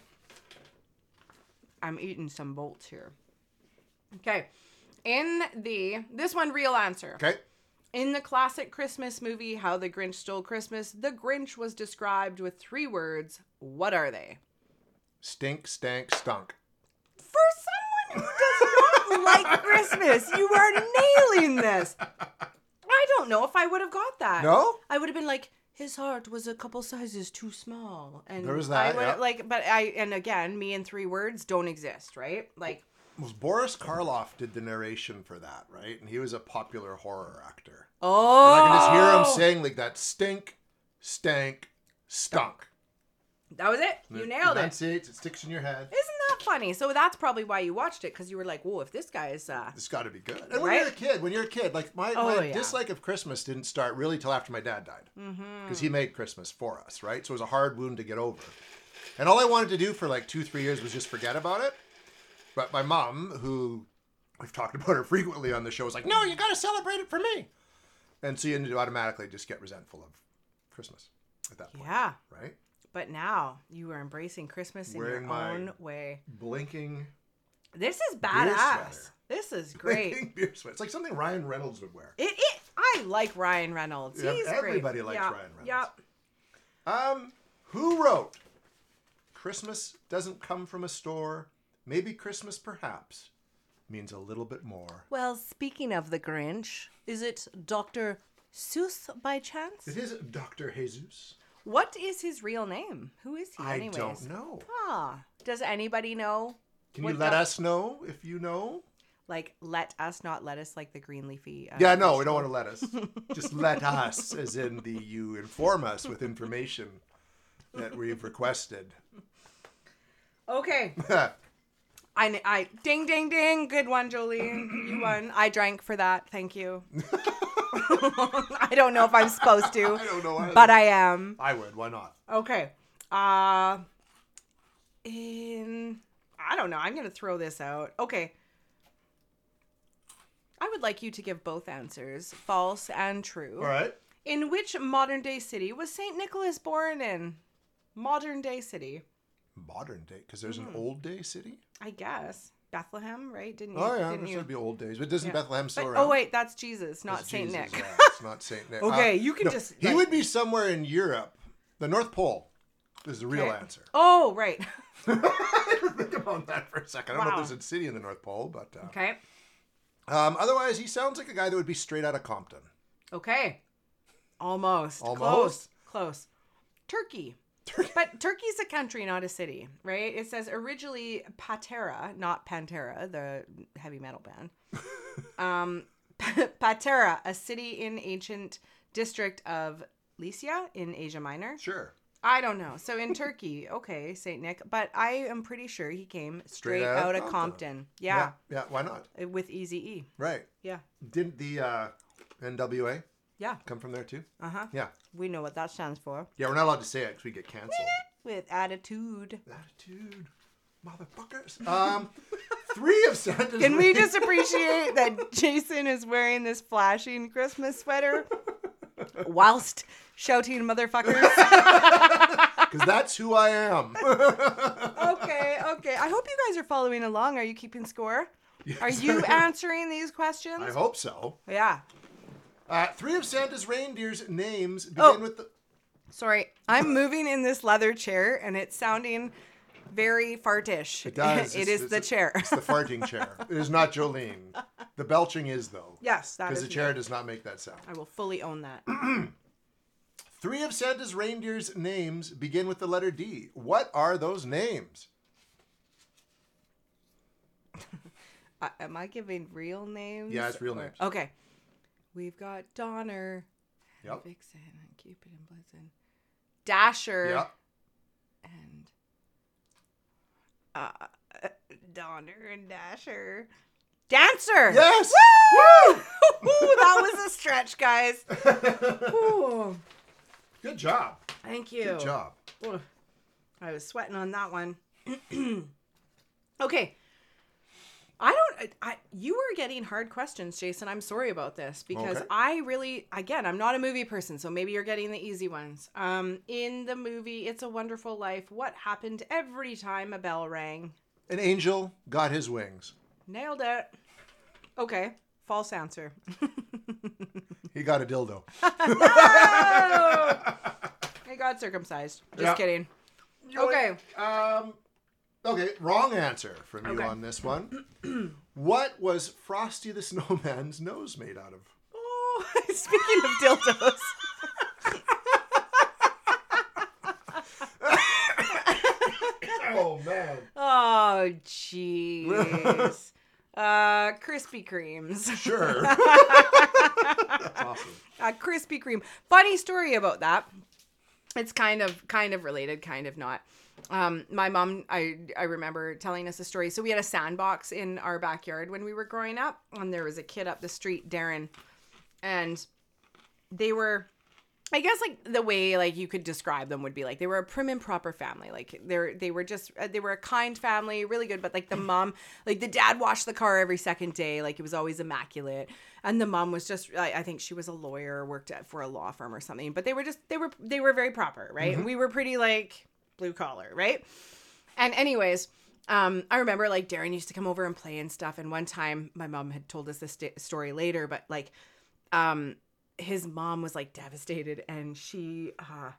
Speaker 2: I'm eating some bolts here. Okay. In the this one real answer.
Speaker 1: Okay.
Speaker 2: In the classic Christmas movie How the Grinch Stole Christmas, the Grinch was described with three words. What are they?
Speaker 1: Stink, stank, stunk.
Speaker 2: For someone who does not like Christmas, you are nailing this. I don't know if I would have got that.
Speaker 1: No?
Speaker 2: I would have been like, his heart was a couple sizes too small, and
Speaker 1: There was
Speaker 2: I
Speaker 1: that,
Speaker 2: would
Speaker 1: yeah.
Speaker 2: like, but I and again, me and three words don't exist, right? Like,
Speaker 1: Was Boris Karloff did the narration for that, right? And he was a popular horror actor.
Speaker 2: oh,
Speaker 1: And I can just hear him saying like that stink, stank, stunk.
Speaker 2: that was it. You nailed it.
Speaker 1: Enunciates, it sticks in your head.
Speaker 2: Isn't that funny? So that's probably why you watched it because you were like, "Whoa, if this guy is uh,
Speaker 1: It's got to be good. And when you're a
Speaker 2: Right?
Speaker 1: kid, when you're a kid, like my,
Speaker 2: Oh,
Speaker 1: my
Speaker 2: yeah.
Speaker 1: dislike of Christmas didn't start really till after my dad died, because
Speaker 2: Mm-hmm.
Speaker 1: he made Christmas for us, right? So it was a hard wound to get over. And all I wanted to do for like two, three years was just forget about it. But my mom, who we've talked about her frequently on the show, was like, "No, you got to celebrate it for me." And so you end up automatically just get resentful of Christmas at that point,
Speaker 2: yeah."
Speaker 1: right?
Speaker 2: But now you are embracing Christmas in
Speaker 1: Wearing
Speaker 2: your
Speaker 1: my
Speaker 2: own way.
Speaker 1: Blinking,
Speaker 2: This is
Speaker 1: sweater.
Speaker 2: badass. This is great.
Speaker 1: blinking beer sweat. It's like something Ryan Reynolds would wear.
Speaker 2: It, it I like Ryan Reynolds.
Speaker 1: Yeah,
Speaker 2: He's
Speaker 1: everybody
Speaker 2: great.
Speaker 1: likes
Speaker 2: Yeah,
Speaker 1: Ryan Reynolds.
Speaker 2: Yep.
Speaker 1: Um, who wrote Christmas doesn't come from a store? Maybe Christmas perhaps means a little bit more.
Speaker 2: Well, speaking of the Grinch, is it Dr. Seuss by chance?
Speaker 1: It is Dr. Jesus.
Speaker 2: What is his real name? Who is he anyways?
Speaker 1: I don't know.
Speaker 2: Ah, does anybody know?
Speaker 1: Can you
Speaker 2: What
Speaker 1: let
Speaker 2: doc-
Speaker 1: us know if you know?
Speaker 2: Like let us not let us like the green leafy. Uh,
Speaker 1: Yeah, no, we don't want to let us. Just let us, as in the you inform us with information that we've requested.
Speaker 2: Okay. I I ding ding ding. Good one, Jolene. You won. I drank for that. Thank you. I don't know if I'm supposed to,
Speaker 1: I don't know. either.
Speaker 2: but I am.
Speaker 1: I would. Why not?
Speaker 2: Okay. Uh in I don't know. I'm going to throw this out. Okay. I would like you to give both answers, false and true.
Speaker 1: All right.
Speaker 2: In which modern day city was St. Nicholas born in? Modern day city,
Speaker 1: Modern day, because there's an old day city.
Speaker 2: I guess. Bethlehem, right? Didn't you?
Speaker 1: Oh yeah,
Speaker 2: didn't
Speaker 1: this
Speaker 2: you?
Speaker 1: would be old days. But doesn't
Speaker 2: Yeah.
Speaker 1: Bethlehem still
Speaker 2: But-
Speaker 1: around?
Speaker 2: oh wait, that's Jesus, not
Speaker 1: It's
Speaker 2: St.
Speaker 1: Jesus,
Speaker 2: Nick.
Speaker 1: yeah, it's not Saint Nick.
Speaker 2: Okay,
Speaker 1: Uh,
Speaker 2: you can just,
Speaker 1: He
Speaker 2: like-
Speaker 1: would be somewhere in Europe. The North Pole is the real
Speaker 2: Okay.
Speaker 1: answer.
Speaker 2: Oh, right.
Speaker 1: Think about that for a second. I don't know
Speaker 2: Wow.
Speaker 1: if there's a city in the North Pole, but uh,
Speaker 2: Okay.
Speaker 1: um, otherwise, he sounds like a guy that would be straight out of Compton.
Speaker 2: Okay. Almost.
Speaker 1: Almost?
Speaker 2: Close. Close. Turkey. But Turkey's a country, not a city, right? It says originally Patera, not Pantera, the heavy metal band. um, Patera, a city in ancient district of Lycia in Asia Minor.
Speaker 1: Sure.
Speaker 2: I don't know. So in Turkey, okay, Saint Nick, but I am pretty sure he came straight,
Speaker 1: out of
Speaker 2: out, of
Speaker 1: Compton.
Speaker 2: Compton.
Speaker 1: Yeah.
Speaker 2: Yeah,
Speaker 1: Yeah. Why not?
Speaker 2: with Easy E.
Speaker 1: Right.
Speaker 2: Yeah,
Speaker 1: Didn't the uh, NWA
Speaker 2: yeah,
Speaker 1: come from there too?
Speaker 2: uh huh.
Speaker 1: Yeah.
Speaker 2: We know what that stands for.
Speaker 1: Yeah. We're not allowed to say it because we get canceled.
Speaker 2: With attitude.
Speaker 1: Attitude, motherfuckers. Um, three of Santa's.
Speaker 2: Can we
Speaker 1: reindeer-
Speaker 2: just appreciate that Jason is wearing this flashing Christmas sweater whilst shouting motherfuckers?
Speaker 1: Because that's who I am.
Speaker 2: okay, okay. I hope you guys are following along. Are you keeping score? Are
Speaker 1: Yes.
Speaker 2: you answering these questions?
Speaker 1: I hope so.
Speaker 2: Yeah.
Speaker 1: Uh, three of Santa's reindeer's names begin
Speaker 2: Oh.
Speaker 1: with the.
Speaker 2: Sorry, I'm moving in this leather chair and it's sounding very fartish.
Speaker 1: It does.
Speaker 2: it
Speaker 1: It's-
Speaker 2: is
Speaker 1: it's
Speaker 2: the
Speaker 1: a-
Speaker 2: chair.
Speaker 1: It's the farting chair. It is not Jolene. The belching is though.
Speaker 2: yes, that
Speaker 1: Because
Speaker 2: is.
Speaker 1: the chair
Speaker 2: me.
Speaker 1: does not make that sound.
Speaker 2: I will fully own that.
Speaker 1: Three of Santa's reindeer's names begin with the letter D. What are those names?
Speaker 2: I, am I giving real names?
Speaker 1: Yeah, it's real names.
Speaker 2: Okay. We've got Donner, and
Speaker 1: Yep.
Speaker 2: Vixen, and Cupid, and Blitzen, Dasher,
Speaker 1: Yeah.
Speaker 2: and uh, Donner and Dasher, Dancer.
Speaker 1: Yes.
Speaker 2: Woo! Ooh, that was a stretch, guys. Ooh,
Speaker 1: Good job.
Speaker 2: thank you.
Speaker 1: Good job.
Speaker 2: Ooh, I was sweating on that one. okay. I don't I, I you were getting hard questions, Jason. I'm sorry about this because
Speaker 1: Okay.
Speaker 2: I really again, I'm not a movie person, so maybe you're getting the easy ones. Um in the movie It's a Wonderful Life, what happened every time a bell rang?
Speaker 1: An angel got his wings.
Speaker 2: Nailed it. Okay, false answer.
Speaker 1: He got a dildo.
Speaker 2: I got circumcised. Just
Speaker 1: Yeah.
Speaker 2: kidding. Okay.
Speaker 1: Um, okay. Wrong answer from you
Speaker 2: Okay.
Speaker 1: on this one. what was Frosty the Snowman's nose made out of?
Speaker 2: Oh, speaking of dildos.
Speaker 1: Oh man.
Speaker 2: Oh, jeez. uh, Krispy Kremes.
Speaker 1: Sure. That's awesome.
Speaker 2: A Krispy Kreme. Funny story about that. It's kind of kind of related, kind of not. Um, my mom, I I remember telling us a story. So we had a sandbox in our backyard when we were growing up, and there was a kid up the street, Darren, and they were I guess like the way like you could describe them would be like they were a prim and proper family. Like they're they were just uh, they were a kind family, really good. But like the mom, like the dad washed the car every second day. Like it was always immaculate. And the mom was just I, I think she was a lawyer, worked at, for a law firm or something. But they were just they were they were very proper, right? We were pretty like blue collar, right? And anyways, um, I remember like Darren used to come over and play and stuff. And one time, my mom had told us this st- story later, but like, um, his mom was like devastated, and she, uh,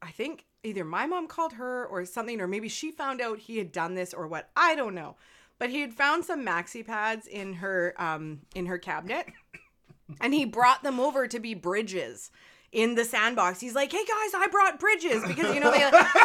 Speaker 2: I think either my mom called her or something, or maybe she found out he had done this or what. I don't know, but he had found some maxi pads in her um in her cabinet and he brought them over to be bridges in the sandbox. He's like, "Hey guys, I brought bridges because you know they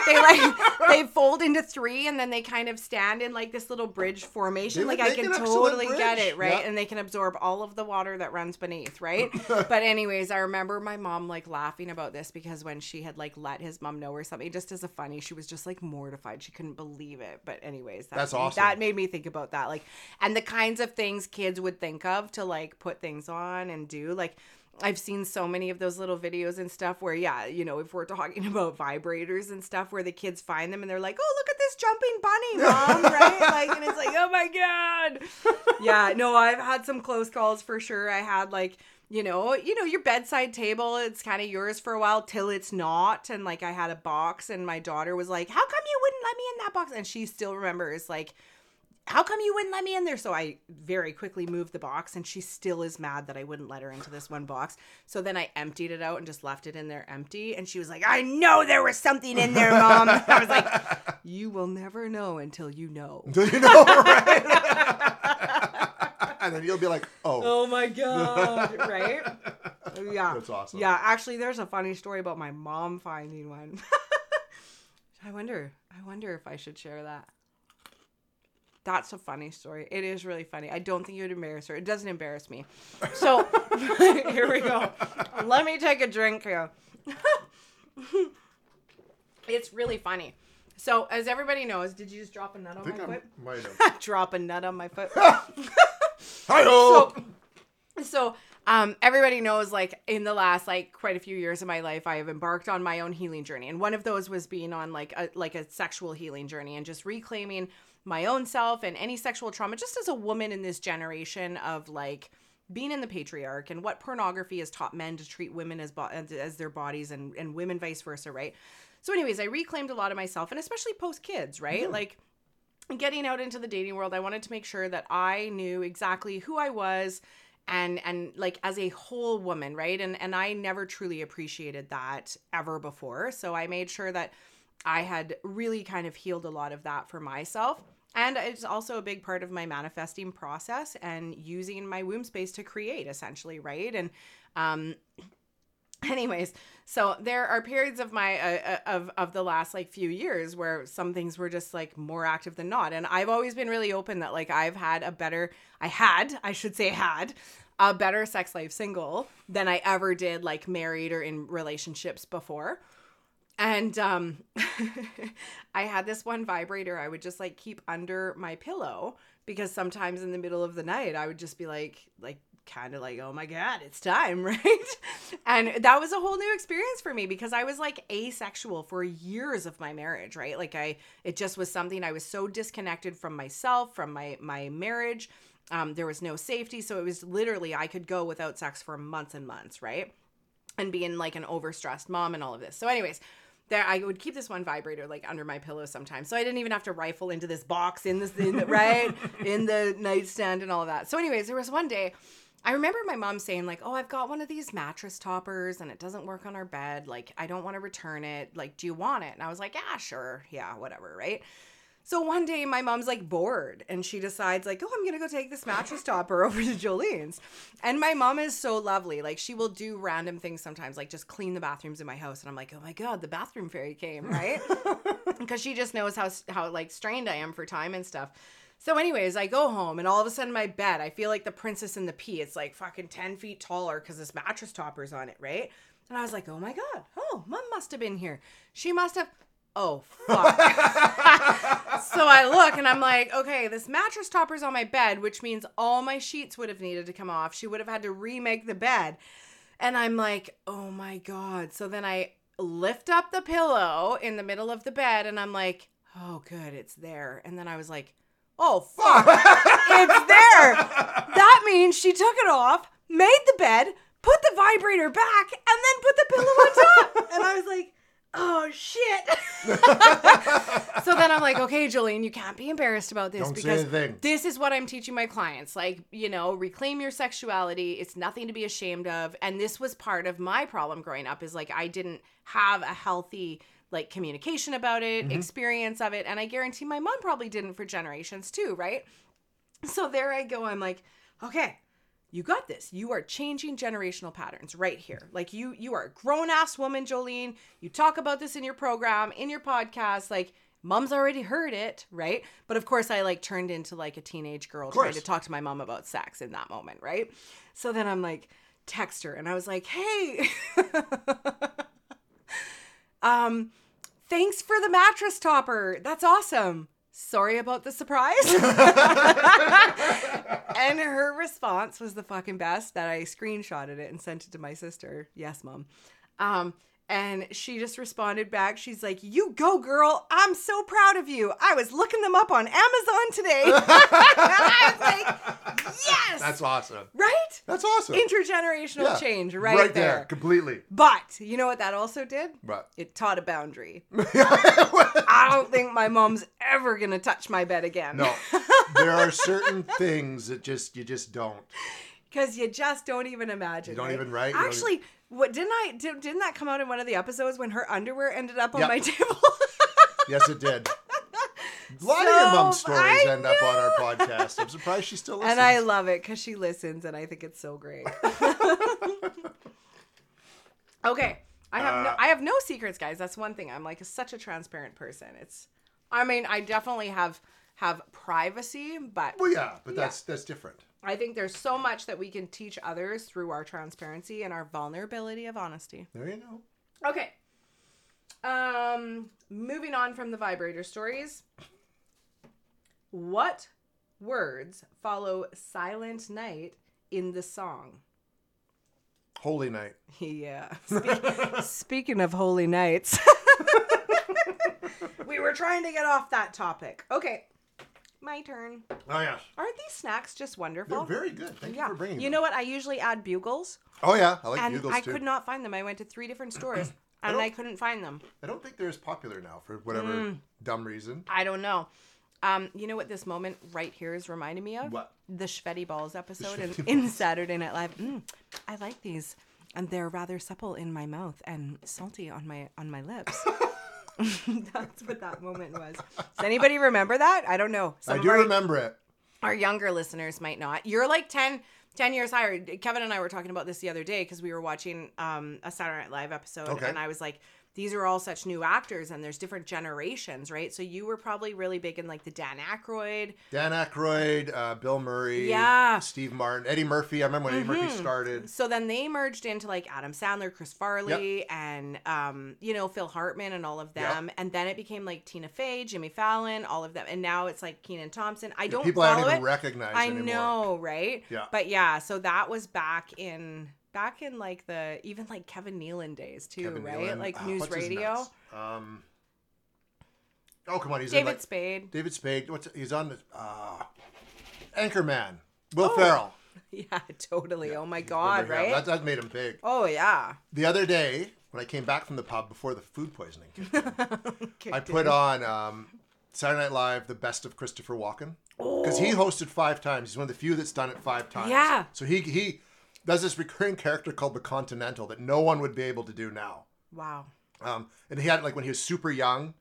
Speaker 2: they like they fold into three and then they kind of stand in like this little bridge formation.
Speaker 1: They would
Speaker 2: like I
Speaker 1: make
Speaker 2: can
Speaker 1: an excellent
Speaker 2: totally get
Speaker 1: bridge.
Speaker 2: it
Speaker 1: Yeah.
Speaker 2: right, and they can absorb all of the water that runs beneath, right? but anyways, I remember my mom like laughing about this because when she had like let his mom know or something, just as a funny, she was just like mortified. She couldn't believe it. But anyways, that,
Speaker 1: That's awesome.
Speaker 2: That made me think about that like and the kinds of things kids would think of to like put things on and do like I've seen so many of those little videos and stuff where yeah, you know, if we're talking about vibrators and stuff where the kids find them and they're like, "Oh, look at this jumping bunny, mom," right? Like and it's like, "Oh my god." Yeah, no, I've had some close calls for sure. I had like you know, you know, your bedside table, it's kind of yours for a while till it's not. And like I had a box and my daughter was like, How come you wouldn't let me in that box? And she still remembers like how come you wouldn't let me in there? So I very quickly moved the box, and she still is mad that I wouldn't let her into this one box. So then I emptied it out and just left it in there empty. And she was like, I know there was something in there, mom. And I was like, You will never know until you know.
Speaker 1: Do you know? Right? and then you'll be like, oh,
Speaker 2: Oh my God. Right? Yeah.
Speaker 1: that's awesome.
Speaker 2: Yeah, actually, there's a funny story about my mom finding one. I wonder. I wonder if I should share that. That's a funny story. It is really funny. I don't think it would embarrass her. It doesn't embarrass me. So here we go. Let me take a drink here. it's really funny. So as everybody knows, did you just drop a nut on
Speaker 1: I think
Speaker 2: my
Speaker 1: I
Speaker 2: foot?
Speaker 1: might have.
Speaker 2: drop a nut on my foot.
Speaker 1: Hi-yo!
Speaker 2: so um, everybody knows like in the last like quite a few years of my life i have embarked on my own healing journey and one of those was being on like a like a sexual healing journey and just reclaiming my own self and any sexual trauma just as a woman in this generation of like being in the patriarch and what pornography has taught men to treat women as bo- as as their bodies and and women vice versa right so anyways i reclaimed a lot of myself and especially post kids right like getting out into the dating world, I wanted to make sure that I knew exactly who I was and and like as a whole woman right and and i never truly appreciated that ever before so i made sure that i had really kind of healed a lot of that for myself and it's also a big part of my manifesting process and using my womb space to create essentially right and um anyways so there are periods of my uh, uh, of of the last like few years where some things were just like more active than not and i've always been really open that like i've had a better i had i should say had a better sex life single than i ever did like married or in relationships before and um i had this one vibrator i would just like keep under my pillow because sometimes in the middle of the night i would just be like like kind of like oh my god it's time right and that was a whole new experience for me because i was like asexual for years of my marriage right like i it just was something i was so disconnected from myself from my my marriage um, there was no safety so it was literally i could go without sex for months and months right and being like an overstressed mom and all of this. So, anyways, there I would keep this one vibrator like under my pillow sometimes, so I didn't even have to rifle into this box in this in the, right in the nightstand and all of that. So, anyways, there was one day. I remember my mom saying like, "Oh, I've got one of these mattress toppers and it doesn't work on our bed. Like, I don't want to return it. Like, do you want it?" And I was like, "Yeah, sure. Yeah, whatever, right?" So one day my mom's like bored and she decides like, "Oh, I'm going to go take this mattress topper over to Jolene's." And my mom is so lovely. Like she will do random things sometimes, like just clean the bathrooms in my house and I'm like, "Oh my god, the bathroom fairy came," right? Because she just knows how how like strained I am for time and stuff. So, anyways, I go home and all of a sudden my bed, I feel like the princess and the pea. It's like fucking 10 feet taller because this mattress topper's on it, right? And I was like, oh my God, oh, mom must have been here. She must have, oh, fuck. so I look and I'm like, okay, this mattress topper's on my bed, which means all my sheets would have needed to come off. She would have had to remake the bed. And I'm like, oh my God. So then I lift up the pillow in the middle of the bed and I'm like, oh, good, it's there. And then I was like, oh, fuck, it's there. That means she took it off, made the bed, put the vibrator back, and then put the pillow on top. And I was like, oh, shit. so then I'm like, okay, Jolene, you can't be embarrassed about this
Speaker 1: Don't say
Speaker 2: because
Speaker 1: anything.
Speaker 2: this is what I'm teaching my clients. Like, you know, reclaim your sexuality. It's nothing to be ashamed of. And this was part of my problem growing up is like I didn't have a healthy like communication about it,
Speaker 1: Mm-hmm.
Speaker 2: experience of it, and I guarantee my mom probably didn't for generations too, right? So there I go. I'm like, okay, you got this. You are changing generational patterns right here. Like you you are a grown ass woman, Jolene. You talk about this in your program, in your podcast, like mom's already heard it, right? But of course I like turned into like a teenage girl trying
Speaker 1: course.
Speaker 2: to talk to my mom about sex in that moment, right? So then I'm like text her and I was like, "Hey, um thanks for the mattress topper. That's awesome. Sorry about the surprise." and her response was the fucking best that I screenshotted it and sent it to my sister. Yes, mom. Um, and she just responded back. She's like, You go, girl. I'm so proud of you. I was looking them up on Amazon today. and I was like, Yes.
Speaker 1: That's awesome.
Speaker 2: right?
Speaker 1: That's awesome.
Speaker 2: Intergenerational
Speaker 1: Yeah.
Speaker 2: change right,
Speaker 1: there.
Speaker 2: there.
Speaker 1: completely.
Speaker 2: But you know what that also did?
Speaker 1: But
Speaker 2: It taught a boundary. I don't think my mom's ever going to touch my bed again.
Speaker 1: no, there are certain things that just you just don't.
Speaker 2: because you just don't even imagine.
Speaker 1: You don't even write, you don't
Speaker 2: Actually, what didn't I? Did, didn't that come out in one of the episodes when her underwear ended up on
Speaker 1: Yep.
Speaker 2: my table?
Speaker 1: Yes, it did. A lot of your
Speaker 2: So,
Speaker 1: mom's stories
Speaker 2: I
Speaker 1: end up on our podcast. I'm surprised she still listens.
Speaker 2: and I love it because she listens, and I think it's so great. okay, I have no,
Speaker 1: Uh,
Speaker 2: I have no secrets, guys. That's one thing. I'm like such a transparent person. It's, I mean, I definitely have have privacy, but
Speaker 1: well, yeah, but that's that's different.
Speaker 2: I think there's so much that we can teach others through our transparency and our vulnerability of honesty.
Speaker 1: There you go.
Speaker 2: Okay. Um, moving on from the vibrator stories. What words follow Silent Night in the song?
Speaker 1: Holy night.
Speaker 2: Yeah. Speak- speaking of holy nights, we were trying to get off that topic. Okay. My turn.
Speaker 1: Oh yes,
Speaker 2: Aren't these snacks just
Speaker 1: they're
Speaker 2: wonderful?
Speaker 1: very good. Thank you for bringing.
Speaker 2: You
Speaker 1: them.
Speaker 2: know what? I usually add bugles,
Speaker 1: Oh yeah, I like
Speaker 2: and
Speaker 1: bugles
Speaker 2: I
Speaker 1: too.
Speaker 2: could not find them. I went to three different stores,
Speaker 1: I
Speaker 2: and
Speaker 1: don't-
Speaker 2: I couldn't find them. Mm.
Speaker 1: I don't think they're as popular now for whatever dumb reason.
Speaker 2: I don't know. Um, you know what this moment right here is reminding me of?
Speaker 1: What?
Speaker 2: The Schvetti Balls episode in,
Speaker 1: Schvetti
Speaker 2: in Saturday Night Live. Mm, I like these. And they're rather supple in my mouth and salty on my on my lips. That's what that moment was. Does anybody remember that? I don't know. Some
Speaker 1: I
Speaker 2: of
Speaker 1: do
Speaker 2: our-
Speaker 1: remember it.
Speaker 2: our younger listeners might not. You're like 10, 10 years higher. Kevin and I were talking about this the other day because we were watching um, a Saturday Night Live episode,
Speaker 1: Okay.
Speaker 2: and I was like, these are all such new actors, and there's different generations, right? So you were probably really big in like the Dan Aykroyd.
Speaker 1: Dan Aykroyd, uh, Bill Murray,
Speaker 2: Yeah. Mm-hmm.
Speaker 1: Steve Martin, Eddie Murphy. I remember when Eddie Murphy started.
Speaker 2: So then they merged into like Adam Sandler, Chris Farley, and um, you know Phil Hartman and all of
Speaker 1: Yep.
Speaker 2: them, and then it became like Tina Fey, Jimmy Fallon, all of them, and now it's like Keenan Thompson. I don't
Speaker 1: People I
Speaker 2: follow
Speaker 1: don't even
Speaker 2: it.
Speaker 1: recognize
Speaker 2: I
Speaker 1: anymore.
Speaker 2: know, right?
Speaker 1: Yeah.
Speaker 2: But yeah, so that was back in back in like the even like Kevin Nealon days too,
Speaker 1: Kevin
Speaker 2: right?
Speaker 1: Nealon.
Speaker 2: Like
Speaker 1: Ah,
Speaker 2: news
Speaker 1: what's his
Speaker 2: radio.
Speaker 1: nuts? Um, oh come on, he's in,
Speaker 2: David
Speaker 1: like,
Speaker 2: Spade.
Speaker 1: David Spade. What's he's on the uh, Anchorman. Will
Speaker 2: Oh,
Speaker 1: Ferrell.
Speaker 2: Yeah, totally. oh my
Speaker 1: Remember
Speaker 2: god,
Speaker 1: him?
Speaker 2: right?
Speaker 1: That, that made him big.
Speaker 2: oh yeah.
Speaker 1: The other day when I came back from the pub before the food poisoning, kicked in, I
Speaker 2: Kicked
Speaker 1: put
Speaker 2: in.
Speaker 1: on um, Saturday Night Live: The Best of Christopher Walken
Speaker 2: Oh.
Speaker 1: because he hosted five times. He's one of the few that's done it five times.
Speaker 2: Yeah.
Speaker 1: So he he does this recurring character called the Continental that no one would be able to do now.
Speaker 2: Wow.
Speaker 1: Um, and he had it like when he was super young,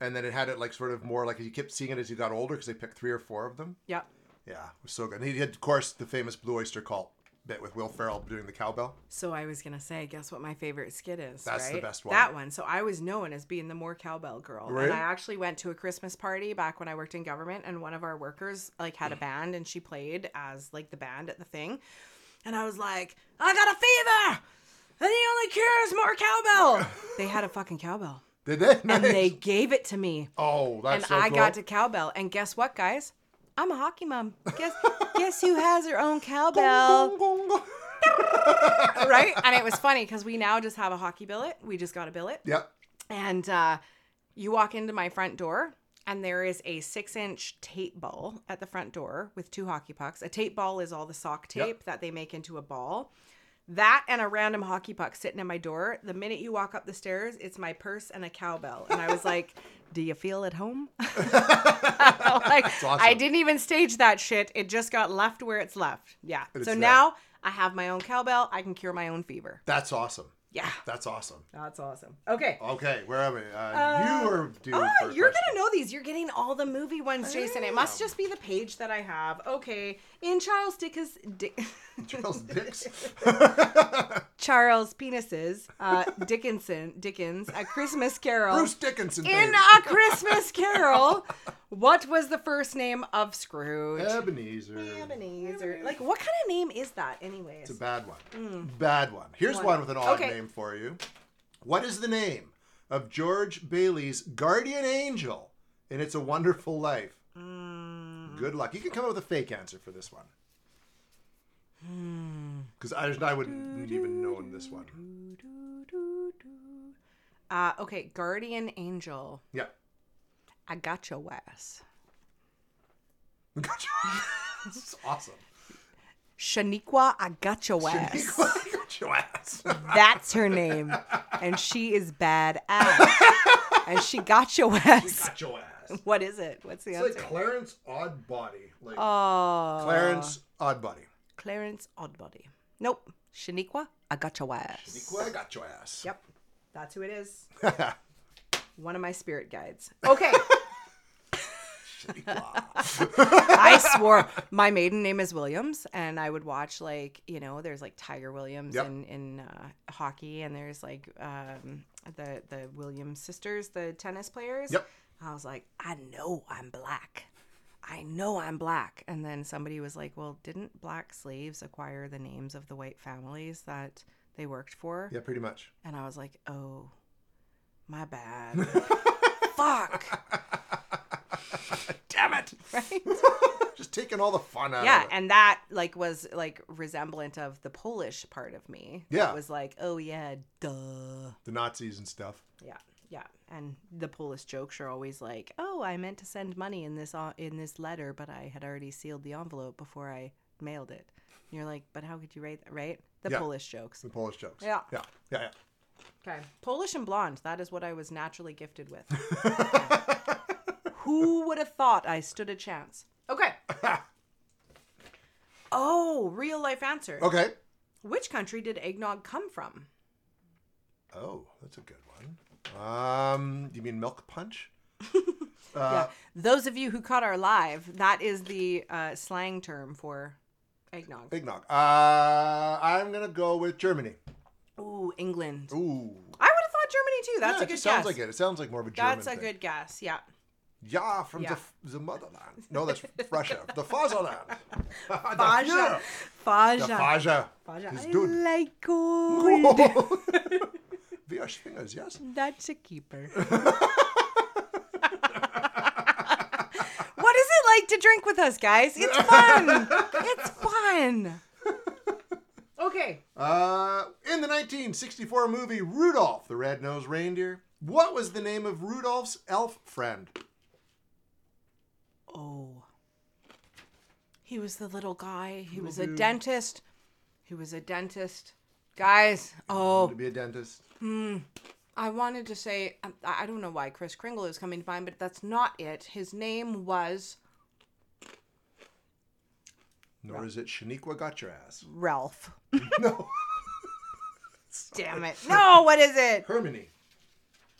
Speaker 1: and then it had it like sort of more like you kept seeing it as you got older because they picked three or four of them.
Speaker 2: Yep.
Speaker 1: Yeah, it was so good. And he had, of course, the famous Blue Oyster Cult bit with Will Ferrell doing the cowbell.
Speaker 2: So I was gonna say, guess what my favorite skit is?
Speaker 1: That's the
Speaker 2: right?
Speaker 1: best one.
Speaker 2: That one. So I was known as being the more cowbell girl,
Speaker 1: Right?
Speaker 2: and I actually went to a Christmas party back when I worked in government, and one of our workers like
Speaker 1: Mm.
Speaker 2: had a band, and she played as like the band at the thing, and I was like, I got a fever, and the only cure is more cowbell. they had a fucking cowbell,
Speaker 1: Did they?
Speaker 2: and
Speaker 1: Nice.
Speaker 2: they gave it to me,
Speaker 1: Oh, that's
Speaker 2: and
Speaker 1: so
Speaker 2: I
Speaker 1: cool.
Speaker 2: got to cowbell, and guess what, guys? I'm a hockey mom. Guess guess who has her own cowbell? right? And it was funny because we now just have a hockey billet. We just got a billet.
Speaker 1: Yep.
Speaker 2: And uh, you walk into my front door, and there is a six inch tape ball at the front door with two hockey pucks. A tape ball is all the sock tape
Speaker 1: Yep.
Speaker 2: that they make into a ball. That and a random hockey puck sitting at my door. The minute you walk up the stairs, it's my purse and a cowbell. And I was like, Do you feel at home? like,
Speaker 1: awesome.
Speaker 2: I didn't even stage that shit. It just got left where it's left. Yeah.
Speaker 1: And it's
Speaker 2: so
Speaker 1: there.
Speaker 2: now I have my own cowbell. I can cure my own fever.
Speaker 1: That's awesome.
Speaker 2: Yeah.
Speaker 1: That's awesome.
Speaker 2: That's awesome. Okay.
Speaker 1: Okay, where am I? Uh, you are due
Speaker 2: Oh,
Speaker 1: for a
Speaker 2: you're
Speaker 1: question.
Speaker 2: gonna know these. You're getting all the movie ones, Jason. It must
Speaker 1: am.
Speaker 2: just be the page that I have. Okay, in Charles Dickens, Dick,
Speaker 1: Charles Dix.
Speaker 2: Charles Penises, uh, Dickinson, Dickens, A Christmas Carol.
Speaker 1: Bruce Dickinson.
Speaker 2: in uh,
Speaker 1: baby.
Speaker 2: A Christmas Carol, what was the first name of Scrooge?
Speaker 1: Uh, Ebenezer.
Speaker 2: Ebenezer. Like, what kind of name is that, anyways?
Speaker 1: It's a bad one. Bad one. Here's
Speaker 2: Mm. One.
Speaker 1: one with an odd
Speaker 2: Okay.
Speaker 1: name for you. What is the name of George Bailey's guardian angel in It's a Wonderful Life?
Speaker 2: Mm.
Speaker 1: Good luck. You can come up with a fake answer for this one.
Speaker 2: Hmm.
Speaker 1: Because I, I wouldn't even know in this one.
Speaker 2: Uh, okay, Guardian Angel.
Speaker 1: Yeah.
Speaker 2: I got your ass.
Speaker 1: Gotcha. this is awesome.
Speaker 2: Shaniqua, I got your ass.
Speaker 1: Shaniqua, got your ass.
Speaker 2: That's her name. And she is badass. and she got your ass.
Speaker 1: Got your ass. It's
Speaker 2: What is it? What's the
Speaker 1: like
Speaker 2: answer?
Speaker 1: Clarence Oddbody. Like
Speaker 2: oh.
Speaker 1: Clarence Oddbody.
Speaker 2: Clarence Oddbody. Nope. Shaniqua, I got your ass.
Speaker 1: Shaniqua, I got your ass.
Speaker 2: Yep. That's who it is.
Speaker 1: Yep.
Speaker 2: One of my spirit guides. Okay.
Speaker 1: Shaniqua.
Speaker 2: I swore my maiden name is Williams, and I would watch like you know, there's like Tiger Williams
Speaker 1: Yep.
Speaker 2: in in uh, hockey, and there's like um, the the Williams sisters, the tennis players.
Speaker 1: Yep.
Speaker 2: I was like, I know I'm black. I know I'm black. And then somebody was like, Well, didn't black slaves acquire the names of the white families that they worked for?
Speaker 1: yeah, pretty much.
Speaker 2: And I was like, Oh, my bad. Fuck.
Speaker 1: Damn it!
Speaker 2: Right.
Speaker 1: Just taking all the fun out
Speaker 2: yeah
Speaker 1: of it.
Speaker 2: and that like was like resemblant of the polish part of me that
Speaker 1: Yeah.
Speaker 2: was like oh yeah duh
Speaker 1: The Nazis and stuff.
Speaker 2: yeah yeah and the polish jokes are always like oh i meant to send money in this uh, in this letter but i had already sealed the envelope before i mailed it and you're like but how could you write that right the
Speaker 1: Yeah. Mm.
Speaker 2: polish jokes
Speaker 1: The Polish jokes.
Speaker 2: Yeah.
Speaker 1: Yeah. Yeah.
Speaker 2: okay polish and blonde that is what i was naturally gifted with
Speaker 1: yeah.
Speaker 2: Who would have thought I stood a chance? Okay. oh, real life answer.
Speaker 1: Okay.
Speaker 2: Which country did eggnog come from?
Speaker 1: Oh, that's a good one. Um, you mean milk punch? Uh,
Speaker 2: yeah. Those of you who caught our live, that is the uh, slang term for eggnog.
Speaker 1: Eggnog. Uh, I'm gonna go with Germany.
Speaker 2: Ooh, England.
Speaker 1: Ooh.
Speaker 2: I would have thought Germany too. That's
Speaker 1: Yeah,
Speaker 2: a
Speaker 1: it
Speaker 2: good
Speaker 1: just sounds
Speaker 2: guess.
Speaker 1: like it. It sounds like more of a German
Speaker 2: That's a
Speaker 1: thing.
Speaker 2: good guess. Yeah.
Speaker 1: Yeah, from
Speaker 2: Yeah.
Speaker 1: The, the motherland. No, that's Russia. The Faserland. the
Speaker 2: Faja.
Speaker 1: Faja. The
Speaker 2: Faja.
Speaker 1: Faja.
Speaker 2: Faja.
Speaker 1: Is
Speaker 2: I
Speaker 1: good.
Speaker 2: like gold.
Speaker 1: we are swingers, yes.
Speaker 2: That's a keeper. what is it like to drink with us, guys? It's fun. It's fun. Okay.
Speaker 1: Uh, in the 1964 movie Rudolph the Red-Nosed Reindeer, what was the name of Rudolph's elf friend?
Speaker 2: Oh. He was the little guy. He was a dentist. He was a dentist. Guys,
Speaker 1: To
Speaker 2: oh,
Speaker 1: be a dentist.
Speaker 2: I wanted to say, I- I don't know why Chris Kringle is coming to mind, but that's not it. His name was
Speaker 1: Nor is it Shaniqua got your ass.
Speaker 2: Ralph.
Speaker 1: No,
Speaker 2: Damn it. No, what is it?
Speaker 1: Hermione.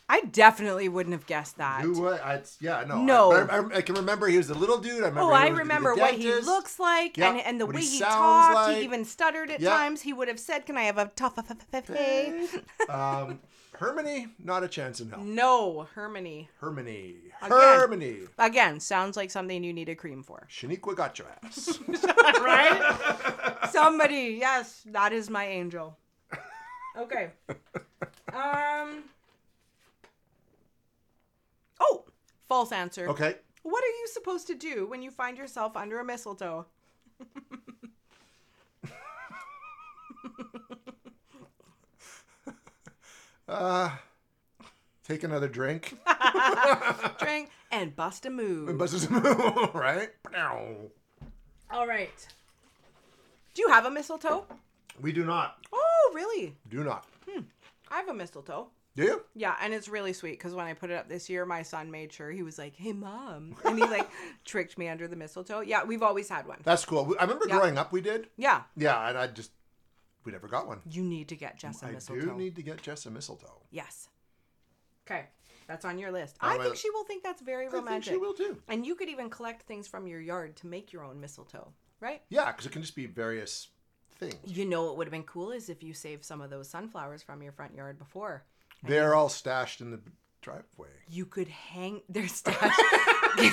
Speaker 2: I definitely wouldn't have guessed that.
Speaker 1: You what? I, yeah, no.
Speaker 2: No.
Speaker 1: I, but I, I can remember he was a little dude. I remember.
Speaker 2: Oh,
Speaker 1: he
Speaker 2: I
Speaker 1: was the
Speaker 2: remember what he
Speaker 1: dentist.
Speaker 2: looks like
Speaker 1: Yeah,
Speaker 2: and, and the
Speaker 1: what
Speaker 2: way
Speaker 1: he
Speaker 2: he,
Speaker 1: sounds
Speaker 2: talked.
Speaker 1: like.
Speaker 2: He even stuttered at
Speaker 1: Yeah.
Speaker 2: times. He would have said, Can I have a tough hey?
Speaker 1: um, Hermione, not a chance in hell.
Speaker 2: No, Hermione.
Speaker 1: Hermione.
Speaker 2: Again.
Speaker 1: Hermione.
Speaker 2: Again, sounds like something you need a cream for.
Speaker 1: Shaniqua got your ass.
Speaker 2: right? Somebody, yes, that is my angel. Okay. Um. Oh, false answer.
Speaker 1: okay.
Speaker 2: What are you supposed to do when you find yourself under a mistletoe?
Speaker 1: Uh, take another drink.
Speaker 2: Drink and bust a move.
Speaker 1: Buzzes- right?
Speaker 2: All right. Do you have a mistletoe?
Speaker 1: We do not.
Speaker 2: Oh, really?
Speaker 1: Do not.
Speaker 2: I have a mistletoe.
Speaker 1: Do you?
Speaker 2: Yeah, and it's really sweet because when I put it up this year, my son made sure he was like, "Hey, mom," and he like tricked me under the mistletoe. Yeah, we've always had one.
Speaker 1: That's cool. We- I remember
Speaker 2: Yeah.
Speaker 1: growing up we did.
Speaker 2: Yeah,
Speaker 1: Yeah, and I just, we never got one.
Speaker 2: you need to get Jess a
Speaker 1: I
Speaker 2: mistletoe.
Speaker 1: do need to get Jess a mistletoe.
Speaker 2: yes. Okay, that's on your list.
Speaker 1: On
Speaker 2: I
Speaker 1: my
Speaker 2: think
Speaker 1: list.
Speaker 2: she will think that's very
Speaker 1: I think
Speaker 2: romantic.
Speaker 1: she will too.
Speaker 2: And you could even collect things from your yard to make your own mistletoe, right?
Speaker 1: Yeah, because it can just be various things.
Speaker 2: You know what would have been cool is if you saved some of those sunflowers from your front yard before.
Speaker 1: They're all stashed in the driveway.
Speaker 2: You could hang their stash.
Speaker 1: I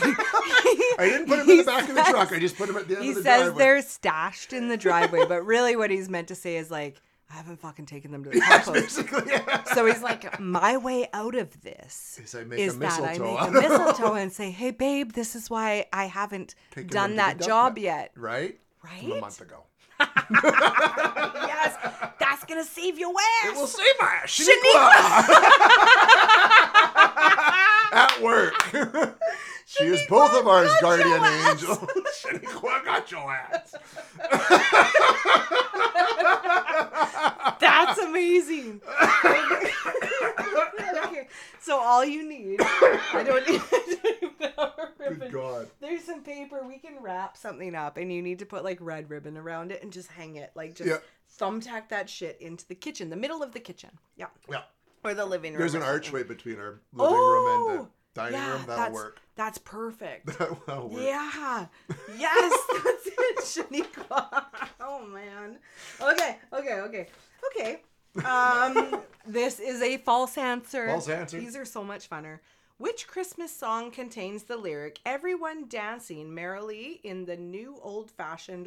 Speaker 1: didn't put them in
Speaker 2: He
Speaker 1: the back of the
Speaker 2: says-
Speaker 1: truck. I just put them at the end
Speaker 2: He
Speaker 1: of the
Speaker 2: says
Speaker 1: driveway.
Speaker 2: they're stashed in the driveway, but really what he's meant to say is like, I haven't fucking taken them to the
Speaker 1: That's
Speaker 2: compost.
Speaker 1: basically it.
Speaker 2: So he's like, my way out of this
Speaker 1: Is I make a
Speaker 2: is that I
Speaker 1: mistletoe
Speaker 2: make
Speaker 1: out
Speaker 2: a
Speaker 1: of them."
Speaker 2: mistletoe and say, hey babe, this is why I haven't
Speaker 1: Taken
Speaker 2: done
Speaker 1: them to
Speaker 2: that
Speaker 1: the dump
Speaker 2: job yet.
Speaker 1: Right? From a
Speaker 2: Right?
Speaker 1: month ago.
Speaker 2: Yes, that's gonna save your
Speaker 1: It will
Speaker 2: ass.
Speaker 1: save my ass. Shaniqua! at work. she is both of ours guardian angels. Shaniqua got your ass.
Speaker 2: That's amazing. okay, so all you need, I don't need. I don't have a ribbon.
Speaker 1: Good God.
Speaker 2: There's some paper. We can wrap something up, and you need to put like red ribbon around it and just hang it, like just
Speaker 1: Yeah.
Speaker 2: thumbtack that shit into the kitchen, the middle of the kitchen. Yeah,
Speaker 1: Yeah.
Speaker 2: or the living room.
Speaker 1: There's
Speaker 2: or
Speaker 1: an
Speaker 2: something.
Speaker 1: archway between our living room and
Speaker 2: Oh,
Speaker 1: the dining
Speaker 2: yeah,
Speaker 1: room. That'll
Speaker 2: that's,
Speaker 1: work.
Speaker 2: That's perfect.
Speaker 1: That'll work.
Speaker 2: Yeah. Yes, that's it, Shaniqua. Oh man. Okay, okay, okay, okay. Um, this is a false answer.
Speaker 1: False answer.
Speaker 2: These are so much funner. Which Christmas song contains the lyric "Everyone dancing merrily in the new old-fashioned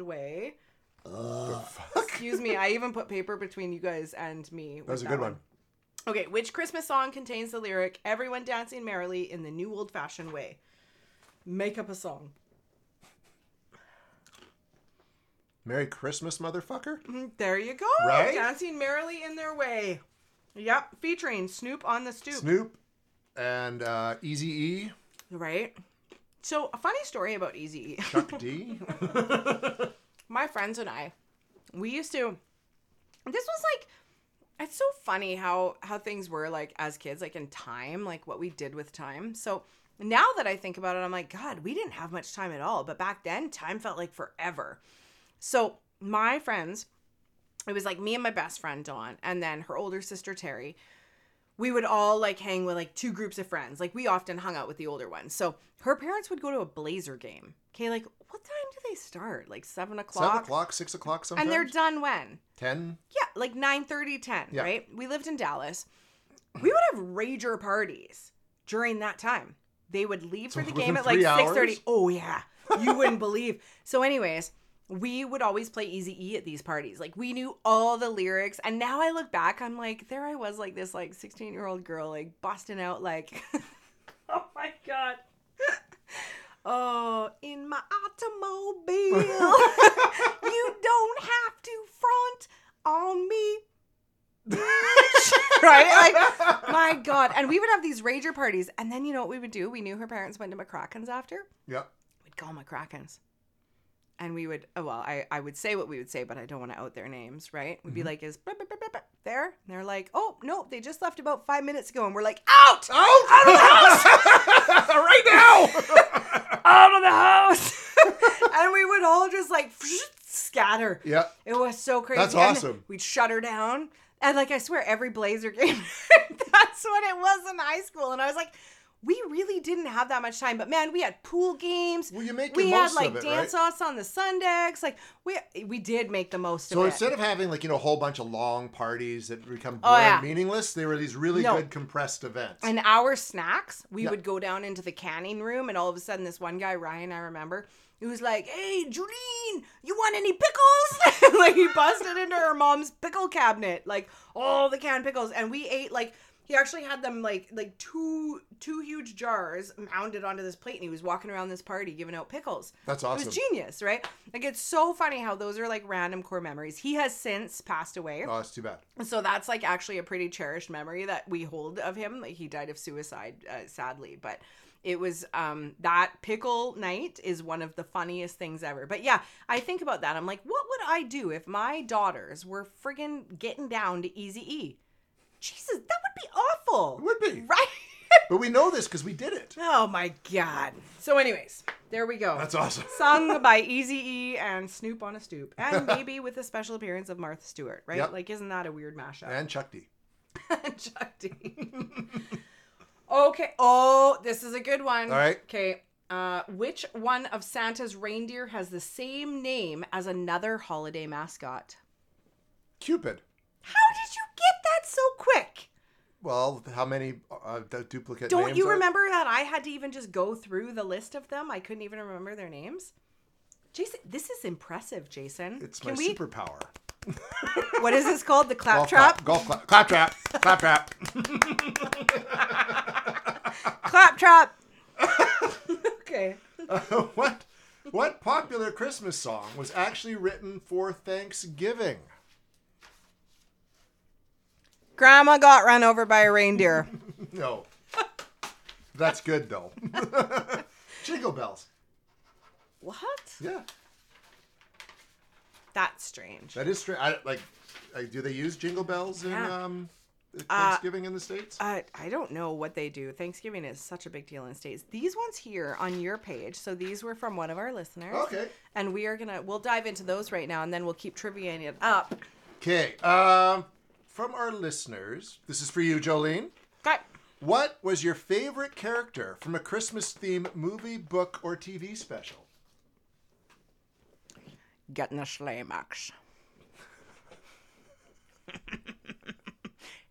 Speaker 2: way"? Excuse me, I even put paper between you guys and me. with
Speaker 1: That was a
Speaker 2: that
Speaker 1: good one.
Speaker 2: Okay, which Christmas song contains the lyric "Everyone dancing merrily in the new old-fashioned way"? Make up a song.
Speaker 1: Merry Christmas, motherfucker.
Speaker 2: There you go.
Speaker 1: Right?
Speaker 2: Dancing merrily in their way. Yep. Featuring Snoop on the stoop.
Speaker 1: Snoop and uh, Easy E,
Speaker 2: Right? So, a funny story about Easy E.
Speaker 1: Chuck D.
Speaker 2: My friends and I, we used to. This was like. It's so funny how how things were like as kids, like in time, like what we did with time. So now that I think about it, I'm like, God, we didn't have much time at all. But back then, time felt like forever. So my friends, it was like me and my best friend Dawn, and then her older sister Terry. We would all like hang with like two groups of friends. Like we often hung out with the older ones. So her parents would go to a Blazer game. Okay, like what time do they start? Like seven o'clock.
Speaker 1: Seven o'clock, six o'clock sometimes.
Speaker 2: And they're done when?
Speaker 1: ten.
Speaker 2: Yeah, like 9 30, 10,
Speaker 1: Yeah.
Speaker 2: right? We lived in Dallas. We would have rager parties during that time. They would leave
Speaker 1: So
Speaker 2: for the
Speaker 1: within
Speaker 2: game at like
Speaker 1: three
Speaker 2: six thirty.
Speaker 1: hours?
Speaker 2: Oh, yeah. You wouldn't believe. So, anyways, we would always play Easy E at these parties. Like, we knew all the lyrics. And now I look back, I'm like, there I was, like this, like 16 year old girl, like busting out, like, oh my God. Oh, in my automobile. you don't have to front on me. bitch. right? Like, my God. And we would have these rager parties. And then you know what we would do? We knew her parents went to McCracken's after.
Speaker 1: yeah.
Speaker 2: We'd call McCracken's. And we would, oh, well, I, I would say what we would say, but I don't want to out their names, right? We'd be
Speaker 1: Mhm.
Speaker 2: like, is blah, blah, blah, blah, blah there? And they're like, oh, no, they just left about five minutes ago. And we're like, out!
Speaker 1: Oh,
Speaker 2: Out of the
Speaker 1: right now.
Speaker 2: Out of the house! and we would all just like scatter.
Speaker 1: yeah.
Speaker 2: It was so crazy.
Speaker 1: That's
Speaker 2: And
Speaker 1: awesome.
Speaker 2: We'd shut her down. And like I swear, every Blazer game, that's what it was in high school. And I was like, we really didn't have that much time. But man, we had pool games.
Speaker 1: Well, you make the
Speaker 2: We had
Speaker 1: most
Speaker 2: like
Speaker 1: of it, right?
Speaker 2: dance offs on the sun decks. Like we we did make the most
Speaker 1: So
Speaker 2: of it.
Speaker 1: instead of having like you know a whole bunch of long parties that become
Speaker 2: Oh,
Speaker 1: boring
Speaker 2: yeah.
Speaker 1: meaningless, they were these really
Speaker 2: No.
Speaker 1: good compressed events.
Speaker 2: and our snacks, we
Speaker 1: Yeah.
Speaker 2: would go down into the canning room, and all of a sudden, this one guy, Ryan, I remember, he was like, "Hey, Julene, you want any pickles?" like he busted into her mom's pickle cabinet, like all the canned pickles, and we ate like he actually had them like like two two huge jars mounded onto this plate, and he was walking around this party giving out pickles.
Speaker 1: That's
Speaker 2: It
Speaker 1: awesome.
Speaker 2: was genius, right? Like it's so funny how those are like random core memories. He has since passed away.
Speaker 1: Oh, that's too bad.
Speaker 2: So that's like actually a pretty cherished memory that we hold of him. Like he died of suicide, uh, sadly, but it was um that pickle night is one of the funniest things ever. But yeah, I think about that. I'm like, what would I do if my daughters were friggin' getting down to Easy E? Jesus, that would be awful.
Speaker 1: It would be,
Speaker 2: Right?
Speaker 1: but we know this because we did it.
Speaker 2: Oh my god. So, anyways, there we go.
Speaker 1: That's awesome.
Speaker 2: Sung by Easy E and Snoop on a Stoop, and maybe with a special appearance of Martha Stewart, right?
Speaker 1: Yep.
Speaker 2: Like, isn't that a weird mashup?
Speaker 1: And Chuck D.
Speaker 2: Chuck D. okay. Oh, this is a good one.
Speaker 1: All right.
Speaker 2: Okay. Uh, which one of Santa's reindeer has the same name as another holiday mascot?
Speaker 1: Cupid.
Speaker 2: How did you get that so quick?
Speaker 1: Well, how many uh, du- duplicate?
Speaker 2: Don't
Speaker 1: names
Speaker 2: you
Speaker 1: are-
Speaker 2: remember that I had to even just go through the list of them? I couldn't even remember their names. Jason, this is impressive, Jason.
Speaker 1: It's
Speaker 2: Can
Speaker 1: my
Speaker 2: we?
Speaker 1: superpower.
Speaker 2: What is this called? The
Speaker 1: Golf clap.
Speaker 2: claptrap.
Speaker 1: Golf clap. Claptrap. Claptrap.
Speaker 2: Claptrap. okay.
Speaker 1: what? What popular Christmas song was actually written for Thanksgiving?
Speaker 2: Grandma got run over by a reindeer.
Speaker 1: No. That's good though. Jingle bells.
Speaker 2: what?
Speaker 1: Yeah,
Speaker 2: That's strange.
Speaker 1: that is strange. I, like, like, do they use jingle bells in
Speaker 2: Yeah.
Speaker 1: um, Thanksgiving in the states?
Speaker 2: Uh, I don't know what they do. Thanksgiving is such a big deal in the states. These ones here on your page. So these were from one of our listeners.
Speaker 1: Okay.
Speaker 2: And we are gonna we'll dive into those right now, and then we'll keep triviating it up.
Speaker 1: Okay. Um, from our listeners, this is for you, Jolene.
Speaker 2: Okay.
Speaker 1: What was your favorite character from a Christmas theme movie, book, or TV special?
Speaker 2: Getting a schlaymax.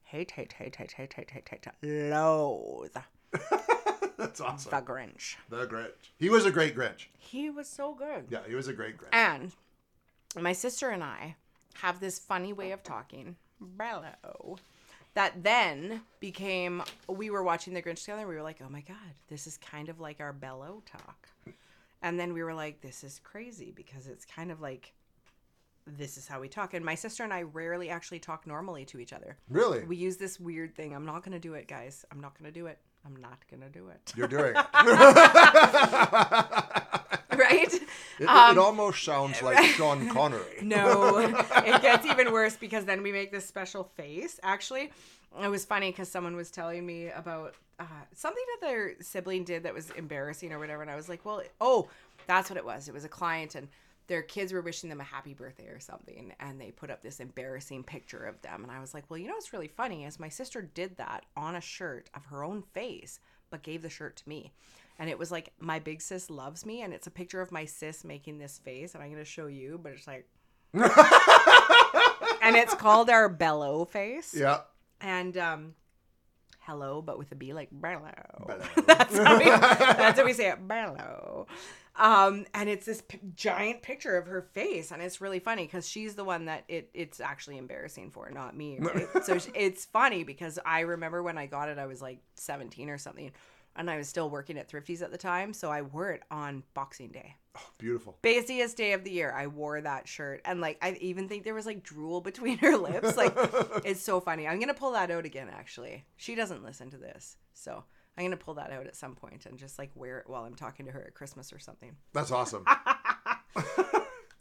Speaker 2: hate, hate, hate, hate, hate, hate, hate, hate. Loathe
Speaker 1: That's awesome.
Speaker 2: the Grinch.
Speaker 1: The Grinch. He was a great Grinch.
Speaker 2: He was so good.
Speaker 1: Yeah, he was a great Grinch.
Speaker 2: And my sister and I have this funny way of talking, bello, that then became we were watching The Grinch together and we were like, oh my God, this is kind of like our bello talk. And then we were like, this is crazy because it's kind of like this is how we talk. And my sister and I rarely actually talk normally to each other.
Speaker 1: Really?
Speaker 2: We use this weird thing. I'm not going to do it, guys. I'm not going to do it. I'm not going to do it.
Speaker 1: You're doing it.
Speaker 2: Right? right?
Speaker 1: It,
Speaker 2: Um,
Speaker 1: it almost sounds like Sean Connery.
Speaker 2: No, it gets even worse because then we make this special face. Actually, it was funny because someone was telling me about uh, something that their sibling did that was embarrassing or whatever, and I was like, "Well, oh, that's what it was. It was a client and." Their kids were wishing them a happy birthday or something, and they put up this embarrassing picture of them. And I was like, Well, you know what's really funny is my sister did that on a shirt of her own face, but gave the shirt to me. And it was like, My big sis loves me. And it's a picture of my sis making this face. And I'm going to show you, but it's like, and it's called our bellow face.
Speaker 1: Yeah.
Speaker 2: And um, hello, but with a B like bellow.
Speaker 1: Bellow.
Speaker 2: that's, how we, that's how we say it, bellow. Um, and it's this p- giant picture of her face, and it's really funny because she's the one that it it's actually embarrassing for, not me. Right? so sh- it's funny because I remember when I got it, I was like 17 or something, and I was still working at Thrifties at the time, so I wore it on Boxing Day
Speaker 1: Beautiful.
Speaker 2: busiest day of the year i wore that shirt and like i even think there was like drool between her lips like it's so funny i'm gonna pull that out again actually she doesn't listen to this so i'm gonna pull that out at some point and just like wear it while i'm talking to her at christmas or something
Speaker 1: That's awesome.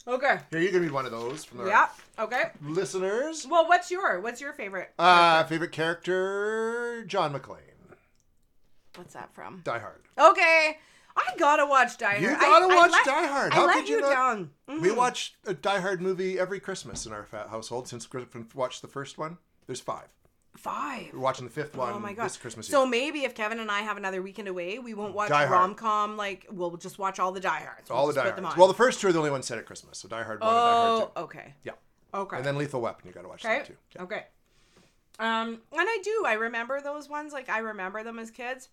Speaker 2: okay
Speaker 1: Here, you give me one of those from the
Speaker 2: yeah okay
Speaker 1: listeners.
Speaker 2: well what's your what's your favorite
Speaker 1: Uh, favorite character, John McClane.
Speaker 2: what's that from
Speaker 1: Die Hard.
Speaker 2: okay i gotta watch die hard
Speaker 1: You
Speaker 2: I-
Speaker 1: gotta
Speaker 2: I
Speaker 1: watch
Speaker 2: let-
Speaker 1: Die Hard.
Speaker 2: i
Speaker 1: How
Speaker 2: let
Speaker 1: could you
Speaker 2: you
Speaker 1: not?
Speaker 2: down
Speaker 1: We
Speaker 2: Mhm.
Speaker 1: watch a Die Hard movie every Christmas in our fa- household since Griffin watched the first one. There's five.
Speaker 2: five
Speaker 1: We're watching the fifth one
Speaker 2: Oh my
Speaker 1: um, this
Speaker 2: gosh.
Speaker 1: Christmas
Speaker 2: So
Speaker 1: Eve.
Speaker 2: maybe if Kevin and I have another weekend away, we won't watch
Speaker 1: Die Hard.
Speaker 2: rom com. Like we'll just watch all the Die Hards. We'll
Speaker 1: All the
Speaker 2: just
Speaker 1: Die
Speaker 2: put them
Speaker 1: Hards.
Speaker 2: on.
Speaker 1: Well, the first two are the only ones set at Christmas. So Die Hard 1 and Die
Speaker 2: oh,
Speaker 1: Hard 2.
Speaker 2: okay,
Speaker 1: Yeah.
Speaker 2: okay,
Speaker 1: And then Lethal Weapon. You gotta watch
Speaker 2: okay,
Speaker 1: that too. Yeah.
Speaker 2: okay. Um, and I do. I remember those ones. Like I remember them as kids.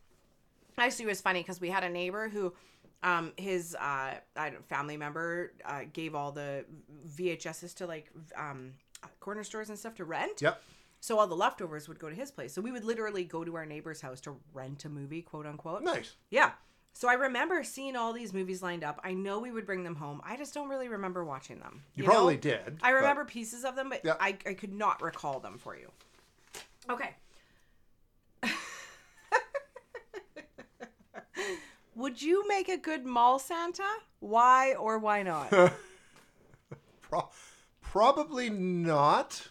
Speaker 2: Actually, it was funny because we had a neighbor who, um, his uh, I don't, family member uh, gave all the VHSs to like v- um corner stores and stuff to rent.
Speaker 1: Yep.
Speaker 2: So all the leftovers would go to his place. So we would literally go to our neighbor's house to rent a movie, quote unquote.
Speaker 1: Nice.
Speaker 2: Yeah. So I remember seeing all these movies lined up. I know we would bring them home. I just don't really remember watching them.
Speaker 1: You,
Speaker 2: know?
Speaker 1: probably did.
Speaker 2: I
Speaker 1: but-
Speaker 2: remember pieces of them, but
Speaker 1: Yeah.
Speaker 2: I, I could not recall them for you. Okay. would you make a good mall Santa? Why or why not?
Speaker 1: Pro- probably not.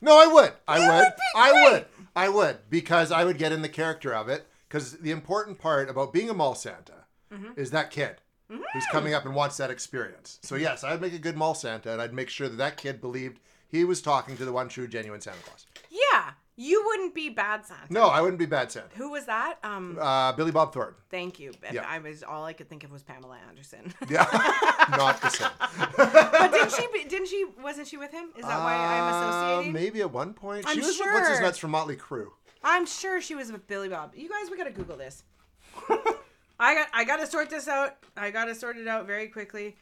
Speaker 1: No, I would. I would. I would. I would because I would get in the character of it. Because the important part about being a mall Santa
Speaker 2: Mm-hmm.
Speaker 1: is that kid who's coming up and wants that experience. So yes, I'd make a good mall Santa, and I'd make sure that that kid believed he was talking to the one true, genuine Santa Claus.
Speaker 2: yeah. You wouldn't be bad Santa.
Speaker 1: No, I wouldn't be bad Santa.
Speaker 2: Who was that? Um
Speaker 1: Uh, Billy Bob Thornton.
Speaker 2: thank you. And
Speaker 1: yeah.
Speaker 2: I was all I could think of was Pamela Anderson.
Speaker 1: Yeah, not the same.
Speaker 2: but didn't she be- didn't she wasn't she with him? Is that why I'm associating?
Speaker 1: Uh, maybe at one point
Speaker 2: I'm
Speaker 1: she was with what's his
Speaker 2: sure.
Speaker 1: nuts from Motley Crue.
Speaker 2: I'm sure she was with Billy Bob. You guys, we gotta Google this. I got I gotta sort this out. I gotta sort it out very quickly.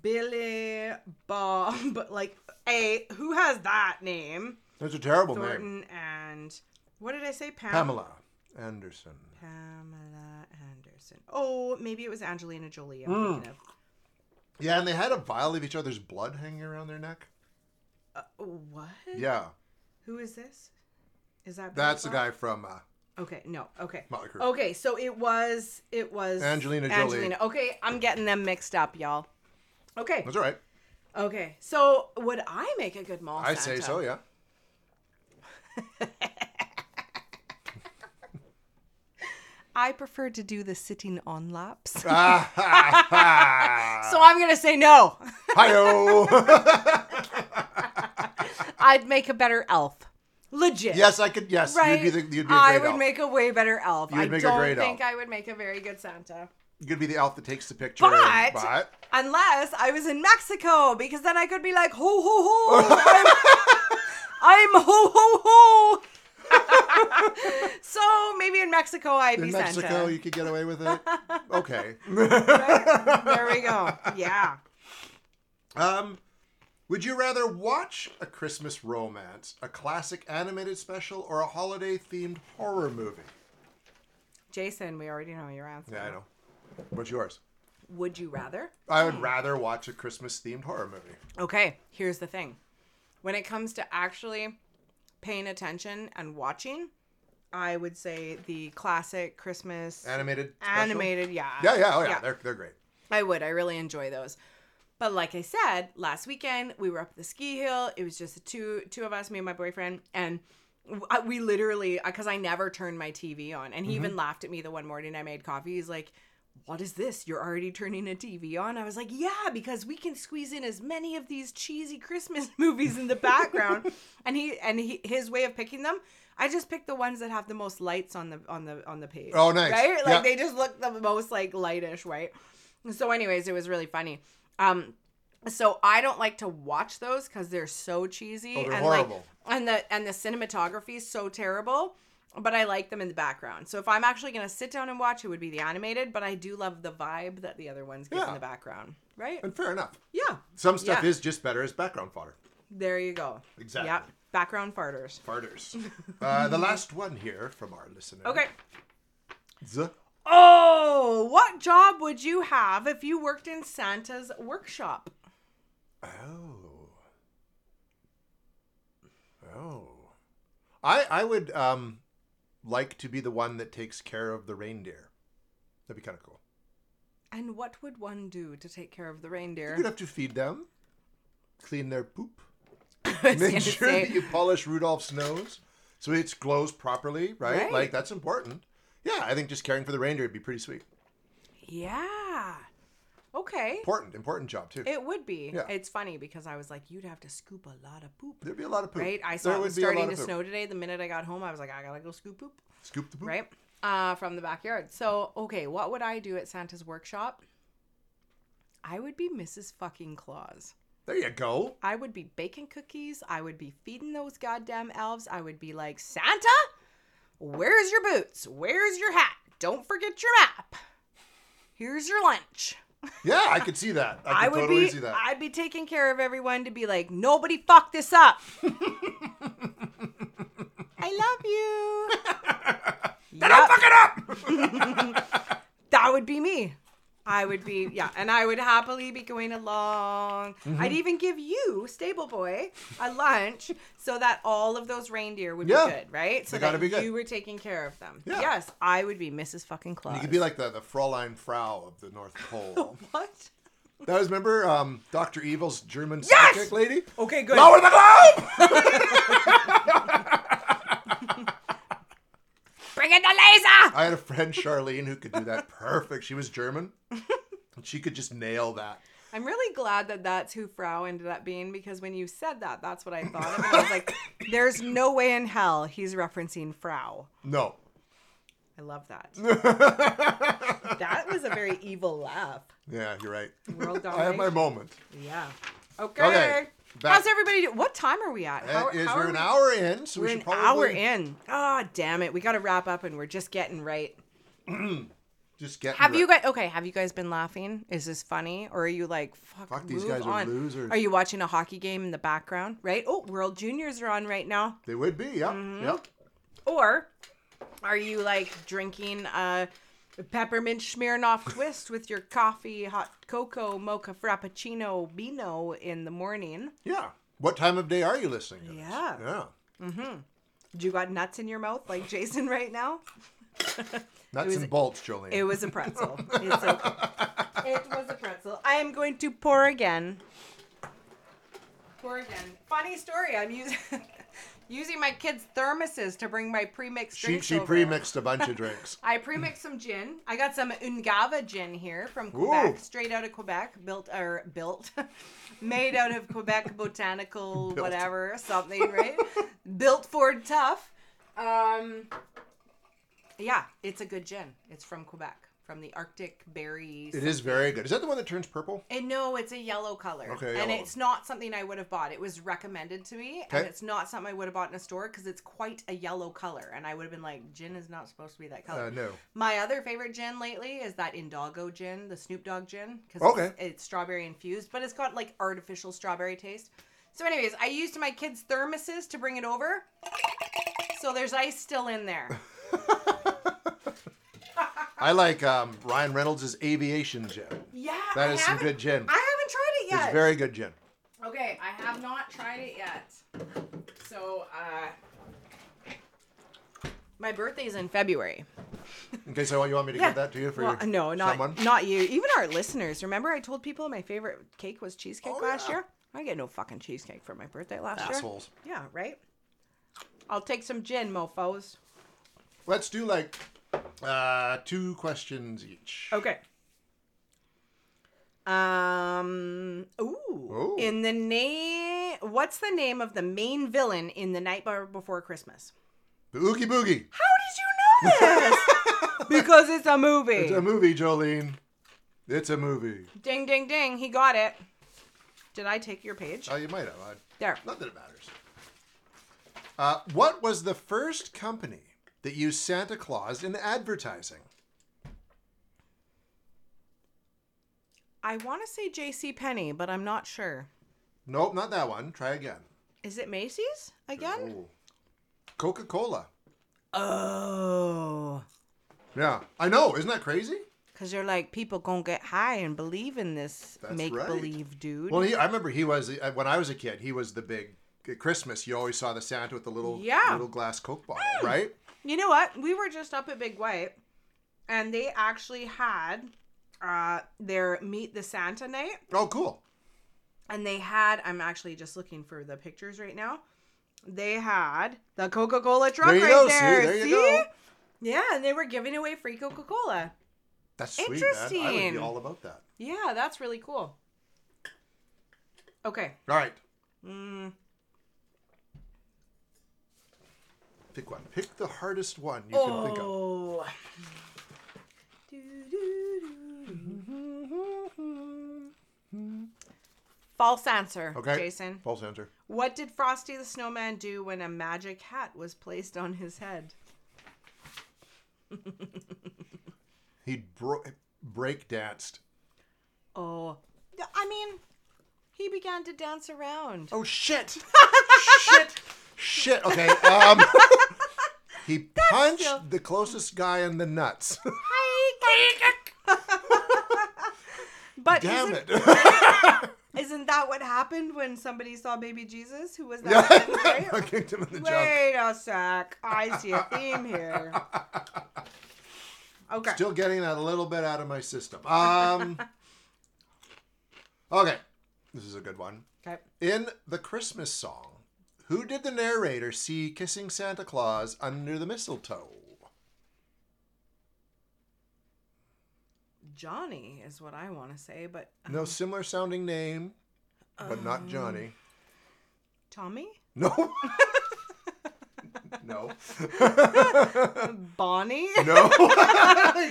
Speaker 2: Billy Bob, like a who has that name?
Speaker 1: That's a terrible name.
Speaker 2: Thornton and what did I say? Pam-
Speaker 1: Pamela Anderson.
Speaker 2: Pamela Anderson. Oh, maybe it was Angelina Jolie. I'm
Speaker 1: Hmm.
Speaker 2: thinking of.
Speaker 1: Yeah, and they had a vial of each other's blood hanging around their neck.
Speaker 2: Uh, what?
Speaker 1: Yeah,
Speaker 2: Who is this? Is that Billy
Speaker 1: that's the
Speaker 2: Bob?
Speaker 1: guy from uh,
Speaker 2: Okay, no. Okay.
Speaker 1: Motley Crue.
Speaker 2: Okay, so it was it was
Speaker 1: Angelina Jolie.
Speaker 2: Angelina. Okay, I'm getting them mixed up, y'all. Okay.
Speaker 1: That's all right.
Speaker 2: Okay. So would I make a good mall
Speaker 1: I
Speaker 2: Santa?
Speaker 1: say so. Yeah.
Speaker 2: I prefer to do the sitting on laps.
Speaker 1: Ah, ha, ha.
Speaker 2: so I'm going to say no.
Speaker 1: Hi-yo.
Speaker 2: I'd make a better elf. Legit.
Speaker 1: yes, I could. Yes,
Speaker 2: Right?
Speaker 1: you'd be the. You'd be a great
Speaker 2: I would
Speaker 1: elf.
Speaker 2: make a way better elf. I
Speaker 1: You'd make a
Speaker 2: don't
Speaker 1: great
Speaker 2: think
Speaker 1: elf.
Speaker 2: I would make a very good Santa.
Speaker 1: You'd be the elf that takes the picture.
Speaker 2: But-
Speaker 1: but
Speaker 2: Unless I was in Mexico, because then I could be like, ho, ho, ho. I'm, I'm ho, ho, ho. so maybe in Mexico, I'd
Speaker 1: in
Speaker 2: be
Speaker 1: Mexico,
Speaker 2: Santa.
Speaker 1: you could get away with it. Okay.
Speaker 2: There we go. Yeah.
Speaker 1: Um, would you rather watch a Christmas romance, a classic animated special, or a holiday-themed horror movie?
Speaker 2: Jason, we already know your answer.
Speaker 1: Yeah, I know. What's yours?
Speaker 2: Would you rather?
Speaker 1: I would rather watch a Christmas themed horror movie.
Speaker 2: Okay, here's the thing. When it comes to actually paying attention and watching, I would say the classic Christmas
Speaker 1: Animated. special?
Speaker 2: animated, yeah.
Speaker 1: Yeah, yeah, oh yeah. They're, they're great.
Speaker 2: I would. I really enjoy those. But like I said, last weekend we were up the ski hill. It was just the two two of us, me and my boyfriend, and w- I- we literally because I never turned my TV on, and he
Speaker 1: Mm-hmm.
Speaker 2: even laughed at me the one morning I made coffee. He's like. What is this? You're already turning a TV on? I was like, yeah, because we can squeeze in as many of these cheesy Christmas movies in the background. and he and he, his way of picking them, I just picked the ones that have the most lights on the on the on the page.
Speaker 1: Oh, nice.
Speaker 2: Right? Like
Speaker 1: Yeah.
Speaker 2: they just look the most like lightish, right? So, anyways, it was really funny. Um, so I don't like to watch those because they're so cheesy
Speaker 1: Oh, they're
Speaker 2: and
Speaker 1: horrible.
Speaker 2: like and the and the cinematography is so terrible. But I like them in the background. So if I'm actually gonna sit down and watch, it would be the animated. But I do love the vibe that the other ones give
Speaker 1: Yeah.
Speaker 2: in the background, right?
Speaker 1: And fair enough.
Speaker 2: Yeah.
Speaker 1: Some stuff
Speaker 2: Yeah.
Speaker 1: is just better as background fodder.
Speaker 2: There you go.
Speaker 1: Exactly.
Speaker 2: Yep. Background farters.
Speaker 1: Farters. uh, the last one here from our listener.
Speaker 2: Okay.
Speaker 1: Z-
Speaker 2: Oh, what job would you have if you worked in Santa's workshop?
Speaker 1: Oh. Oh. I I would um like to be the one that takes care of the reindeer. That'd be kind of cool.
Speaker 2: And what would one do to take care of the reindeer?
Speaker 1: You'd have to feed them, clean their poop,
Speaker 2: I was
Speaker 1: make
Speaker 2: gonna
Speaker 1: sure
Speaker 2: say,
Speaker 1: that you polish Rudolph's nose so it's glows properly, right?
Speaker 2: Right.
Speaker 1: Like that's important. Yeah, I think just caring for the reindeer would be pretty sweet.
Speaker 2: Yeah. Okay.
Speaker 1: Important, important job too.
Speaker 2: It would be.
Speaker 1: Yeah.
Speaker 2: It's funny because I was like, you'd have to scoop a lot of poop.
Speaker 1: There'd be a lot of poop.
Speaker 2: Right? I
Speaker 1: There
Speaker 2: saw it was
Speaker 1: would be a lot
Speaker 2: starting to
Speaker 1: of poop.
Speaker 2: snow today. The minute I got home, I was like, I gotta go scoop poop.
Speaker 1: Scoop the poop.
Speaker 2: Right? Uh, from the backyard. So, okay, what would I do at Santa's workshop? I would be Mrs. fucking Claus.
Speaker 1: There you go.
Speaker 2: I would be baking cookies. I would be feeding those goddamn elves. I would be like, Santa, where's your boots? Where's your hat? Don't forget your map. Here's your lunch.
Speaker 1: Yeah, I could see that. I could
Speaker 2: I would
Speaker 1: totally
Speaker 2: be
Speaker 1: see that.
Speaker 2: I'd be taking care of everyone to be like, nobody fuck this up. I love you. Yup, that would be me. I would be yeah, and I would happily be going along.
Speaker 1: Mm-hmm.
Speaker 2: I'd even give you stable boy a lunch so that all of those reindeer would
Speaker 1: Yeah.
Speaker 2: be good, right? So
Speaker 1: gotta
Speaker 2: that
Speaker 1: be good.
Speaker 2: you were taking care of them.
Speaker 1: Yeah.
Speaker 2: Yes, I would be Mrs. Fucking Claus.
Speaker 1: You could be like the, the Fräulein Frau of the North Pole.
Speaker 2: what?
Speaker 1: that was remember um, Doctor Evil's German
Speaker 2: Yes!
Speaker 1: psychic lady.
Speaker 2: Okay, good.
Speaker 1: Lower the globe.
Speaker 2: Bring in the laser.
Speaker 1: I had a friend Charlene who could do that perfect. She was German, and she could just nail that.
Speaker 2: I'm really glad that that's who Frau ended up being because when you said that, that's what I thought of. And I was like, there's no way in hell he's referencing Frau.
Speaker 1: No,
Speaker 2: I love that. that was a very evil laugh.
Speaker 1: yeah, you're right.
Speaker 2: World
Speaker 1: I have my
Speaker 2: domination.
Speaker 1: moment.
Speaker 2: Yeah. Okay.
Speaker 1: Okay, back-
Speaker 2: How's everybody doing? What time are we at? How-
Speaker 1: That is,
Speaker 2: how
Speaker 1: we're
Speaker 2: are
Speaker 1: an
Speaker 2: we-
Speaker 1: hour in, so
Speaker 2: We're
Speaker 1: we
Speaker 2: an
Speaker 1: should probably
Speaker 2: hour in. Oh, damn it. We got to wrap up and we're just getting right.
Speaker 1: just get.
Speaker 2: Have
Speaker 1: right.
Speaker 2: you guys, okay, have you guys been laughing? Is this funny? Or are you like, fuck,
Speaker 1: Fuck, these
Speaker 2: move
Speaker 1: guys are
Speaker 2: on.
Speaker 1: losers.
Speaker 2: Are you watching a hockey game in the background? Right? Oh, World Juniors are on right now.
Speaker 1: They would be. Yeah.
Speaker 2: Mm-hmm.
Speaker 1: Yep.
Speaker 2: Or are you like drinking a peppermint Smirnoff twist with your coffee, hot cocoa, mocha frappuccino, beano in the morning?
Speaker 1: Yeah. What time of day are you listening? To
Speaker 2: Yeah.
Speaker 1: This? Yeah.
Speaker 2: Do you got nuts in your mouth like Jason right now?
Speaker 1: Nuts
Speaker 2: was-
Speaker 1: and bolts, Jolene.
Speaker 2: It was a pretzel. It's okay. It was a pretzel. I am going to pour again. Pour again. Funny story. I'm using using my kids' thermoses to bring my pre-mixed
Speaker 1: she
Speaker 2: drinks
Speaker 1: she
Speaker 2: over.
Speaker 1: pre-mixed a bunch of drinks.
Speaker 2: I pre-mixed some gin. I got some Ungava gin here from
Speaker 1: Ooh.
Speaker 2: Quebec, straight out of Quebec, built or built, made out of Quebec botanical
Speaker 1: Built.
Speaker 2: whatever something, right? built Ford Tough. Um, yeah, it's a good gin. It's from Quebec, from the Arctic berries.
Speaker 1: It is very good. Is that the one that turns purple?
Speaker 2: And no, it's a yellow color.
Speaker 1: Okay,
Speaker 2: and
Speaker 1: yellow.
Speaker 2: it's not something I would have bought. It was recommended to me,
Speaker 1: Okay.
Speaker 2: and it's not something I would have bought in a store because it's quite a yellow color. And I would have been like, gin is not supposed to be that color.
Speaker 1: Uh, no.
Speaker 2: My other favorite gin lately is that Indago gin, the Snoop Dogg gin, because
Speaker 1: Okay.
Speaker 2: it's, it's strawberry infused, but it's got like artificial strawberry taste. So, anyways, I used my kids' thermoses to bring it over, so there's ice still in there.
Speaker 1: I like um, Ryan Reynolds' aviation gin.
Speaker 2: Yeah,
Speaker 1: That
Speaker 2: I
Speaker 1: is some
Speaker 2: haven't-
Speaker 1: good gin.
Speaker 2: I haven't tried it yet.
Speaker 1: It's very good gin.
Speaker 2: Okay, I have not tried it yet. So, uh, my birthday's in February.
Speaker 1: Okay, so you want me to
Speaker 2: Yeah.
Speaker 1: give that to you for
Speaker 2: Well,
Speaker 1: your,
Speaker 2: no, not
Speaker 1: someone?
Speaker 2: not you. Even our listeners. Remember, I told people my favorite cake was cheesecake
Speaker 1: Oh,
Speaker 2: last
Speaker 1: yeah.
Speaker 2: year. I get no fucking cheesecake for my birthday last
Speaker 1: assholes.
Speaker 2: year. Yeah, right. I'll take some gin, mofo's.
Speaker 1: Let's do like uh, two questions each.
Speaker 2: Okay. Um. Ooh.
Speaker 1: Ooh.
Speaker 2: In the name, what's the name of the main villain in The Night Bar Before Christmas?
Speaker 1: The Oogie Boogie.
Speaker 2: How did you know this? because it's a movie.
Speaker 1: It's a movie, Jolene. It's a movie.
Speaker 2: ding, ding, ding. He got it. Did I take your page?
Speaker 1: Oh, you might have. I,
Speaker 2: there.
Speaker 1: not that it matters. Uh, what was the first company that used Santa Claus in advertising?
Speaker 2: I want to say J.C. Penney, but I'm not sure.
Speaker 1: Nope, not that one. Try again.
Speaker 2: Is it Macy's again?
Speaker 1: Oh. Coca Cola.
Speaker 2: Oh.
Speaker 1: Yeah, I know. Isn't that crazy?
Speaker 2: Because you're like, people gonna get high and believe in this
Speaker 1: That's right.
Speaker 2: make believe dude.
Speaker 1: Well, he, I remember he was uh, when I was a kid. He was the big at Christmas. You always saw the Santa with the little
Speaker 2: Yeah.
Speaker 1: little glass Coke bottle, right?
Speaker 2: You know what? We were just up at Big White, and they actually had uh, their Meet the Santa night,
Speaker 1: Oh, cool.
Speaker 2: and they had. I'm actually just looking for the pictures right now. They had the Coca Cola truck
Speaker 1: There you
Speaker 2: right
Speaker 1: go, see?
Speaker 2: there.
Speaker 1: There you go.
Speaker 2: Yeah, and they were giving away free Coca Cola.
Speaker 1: That's sweet, man. I would be
Speaker 2: Interesting.
Speaker 1: all about that.
Speaker 2: Yeah, that's really cool. Okay.
Speaker 1: All right,
Speaker 2: Mm,
Speaker 1: pick one. Pick the hardest one you can think of.
Speaker 2: oh. False answer,
Speaker 1: Okay.
Speaker 2: Jason.
Speaker 1: False answer.
Speaker 2: What did Frosty the Snowman do when a magic hat was placed on his head?
Speaker 1: He bro- break danced.
Speaker 2: Oh, I mean, he began to dance around.
Speaker 1: Oh shit! shit! Shit! Okay. Um, he punched
Speaker 2: still-
Speaker 1: the closest guy in the nuts.
Speaker 2: but
Speaker 1: Damn
Speaker 2: isn't,
Speaker 1: it!
Speaker 2: isn't that what happened when somebody saw baby Jesus? Who was
Speaker 1: yeah,
Speaker 2: that? right?
Speaker 1: I kicked him in the junk.
Speaker 2: Wait a sec. I see a theme here. Okay.
Speaker 1: Still getting that a little bit out of my system. Um. okay, this is a good one.
Speaker 2: okay.
Speaker 1: In the Christmas song, who did the narrator see kissing Santa Claus under the mistletoe?
Speaker 2: Johnny is what I want to say, but um,
Speaker 1: No similar sounding name, but not Johnny.
Speaker 2: Tommy?
Speaker 1: No. no.
Speaker 2: Bonnie?
Speaker 1: no.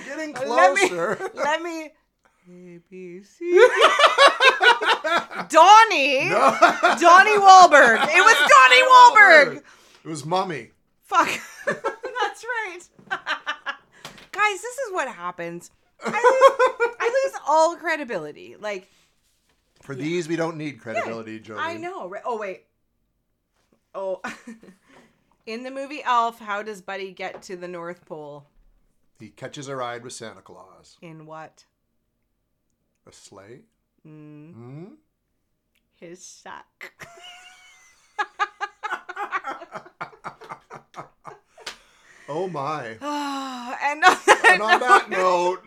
Speaker 1: Getting
Speaker 2: Let me-
Speaker 1: closer.
Speaker 2: Let me. A B C. Donnie.
Speaker 1: No.
Speaker 2: Donnie Wahlberg. It was Donnie Wahlberg.
Speaker 1: It was Mummy.
Speaker 2: Fuck. That's right. Guys, this is what happens. I lose, I lose all credibility. Like
Speaker 1: For these, we don't need credibility, Jody.
Speaker 2: I know. Right? Oh wait. Oh. In the movie Elf, how does Buddy get to the North Pole?
Speaker 1: He catches a ride with Santa Claus.
Speaker 2: In what?
Speaker 1: A sleigh?
Speaker 2: Mm,
Speaker 1: Hmm?
Speaker 2: his sack.
Speaker 1: Oh my.
Speaker 2: and
Speaker 1: And on that note,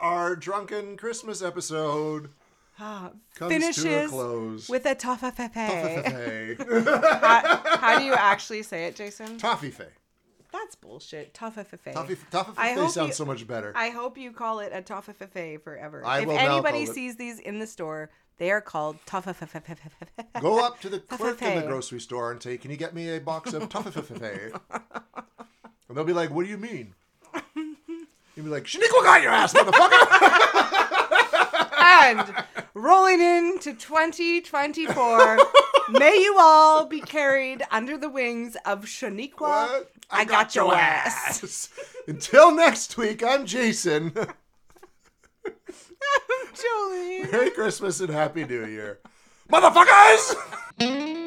Speaker 1: our drunken Christmas episode
Speaker 2: Ah,
Speaker 1: comes to a
Speaker 2: finishes
Speaker 1: close.
Speaker 2: with a toffee.
Speaker 1: Toffee-fe-fe.
Speaker 2: how, how do you actually say it, Jason?
Speaker 1: Toffee-fe.
Speaker 2: That's bullshit. Toffee.
Speaker 1: Toffee-
Speaker 2: I
Speaker 1: Toffee-fe
Speaker 2: hope
Speaker 1: sounds
Speaker 2: you-
Speaker 1: so much better.
Speaker 2: I hope you call it a toffee forever.
Speaker 1: I
Speaker 2: if
Speaker 1: will now
Speaker 2: anybody
Speaker 1: call it-
Speaker 2: sees these in the store, they are called toffee.
Speaker 1: Go up to the clerk in the
Speaker 2: Toffee-fe.
Speaker 1: grocery store and say, "Can you get me a box of toffee-fe?" and they'll be like, "What do you mean?" You'll be like, "Shaniqua got your ass, motherfucker!"
Speaker 2: and rolling into 2024, may you all be carried under the wings of Shaniqua.
Speaker 1: What?
Speaker 2: I, got, your ass.
Speaker 1: Until next week, I'm Jason.
Speaker 2: Jolene.
Speaker 1: Merry Christmas and Happy New Year, motherfuckers!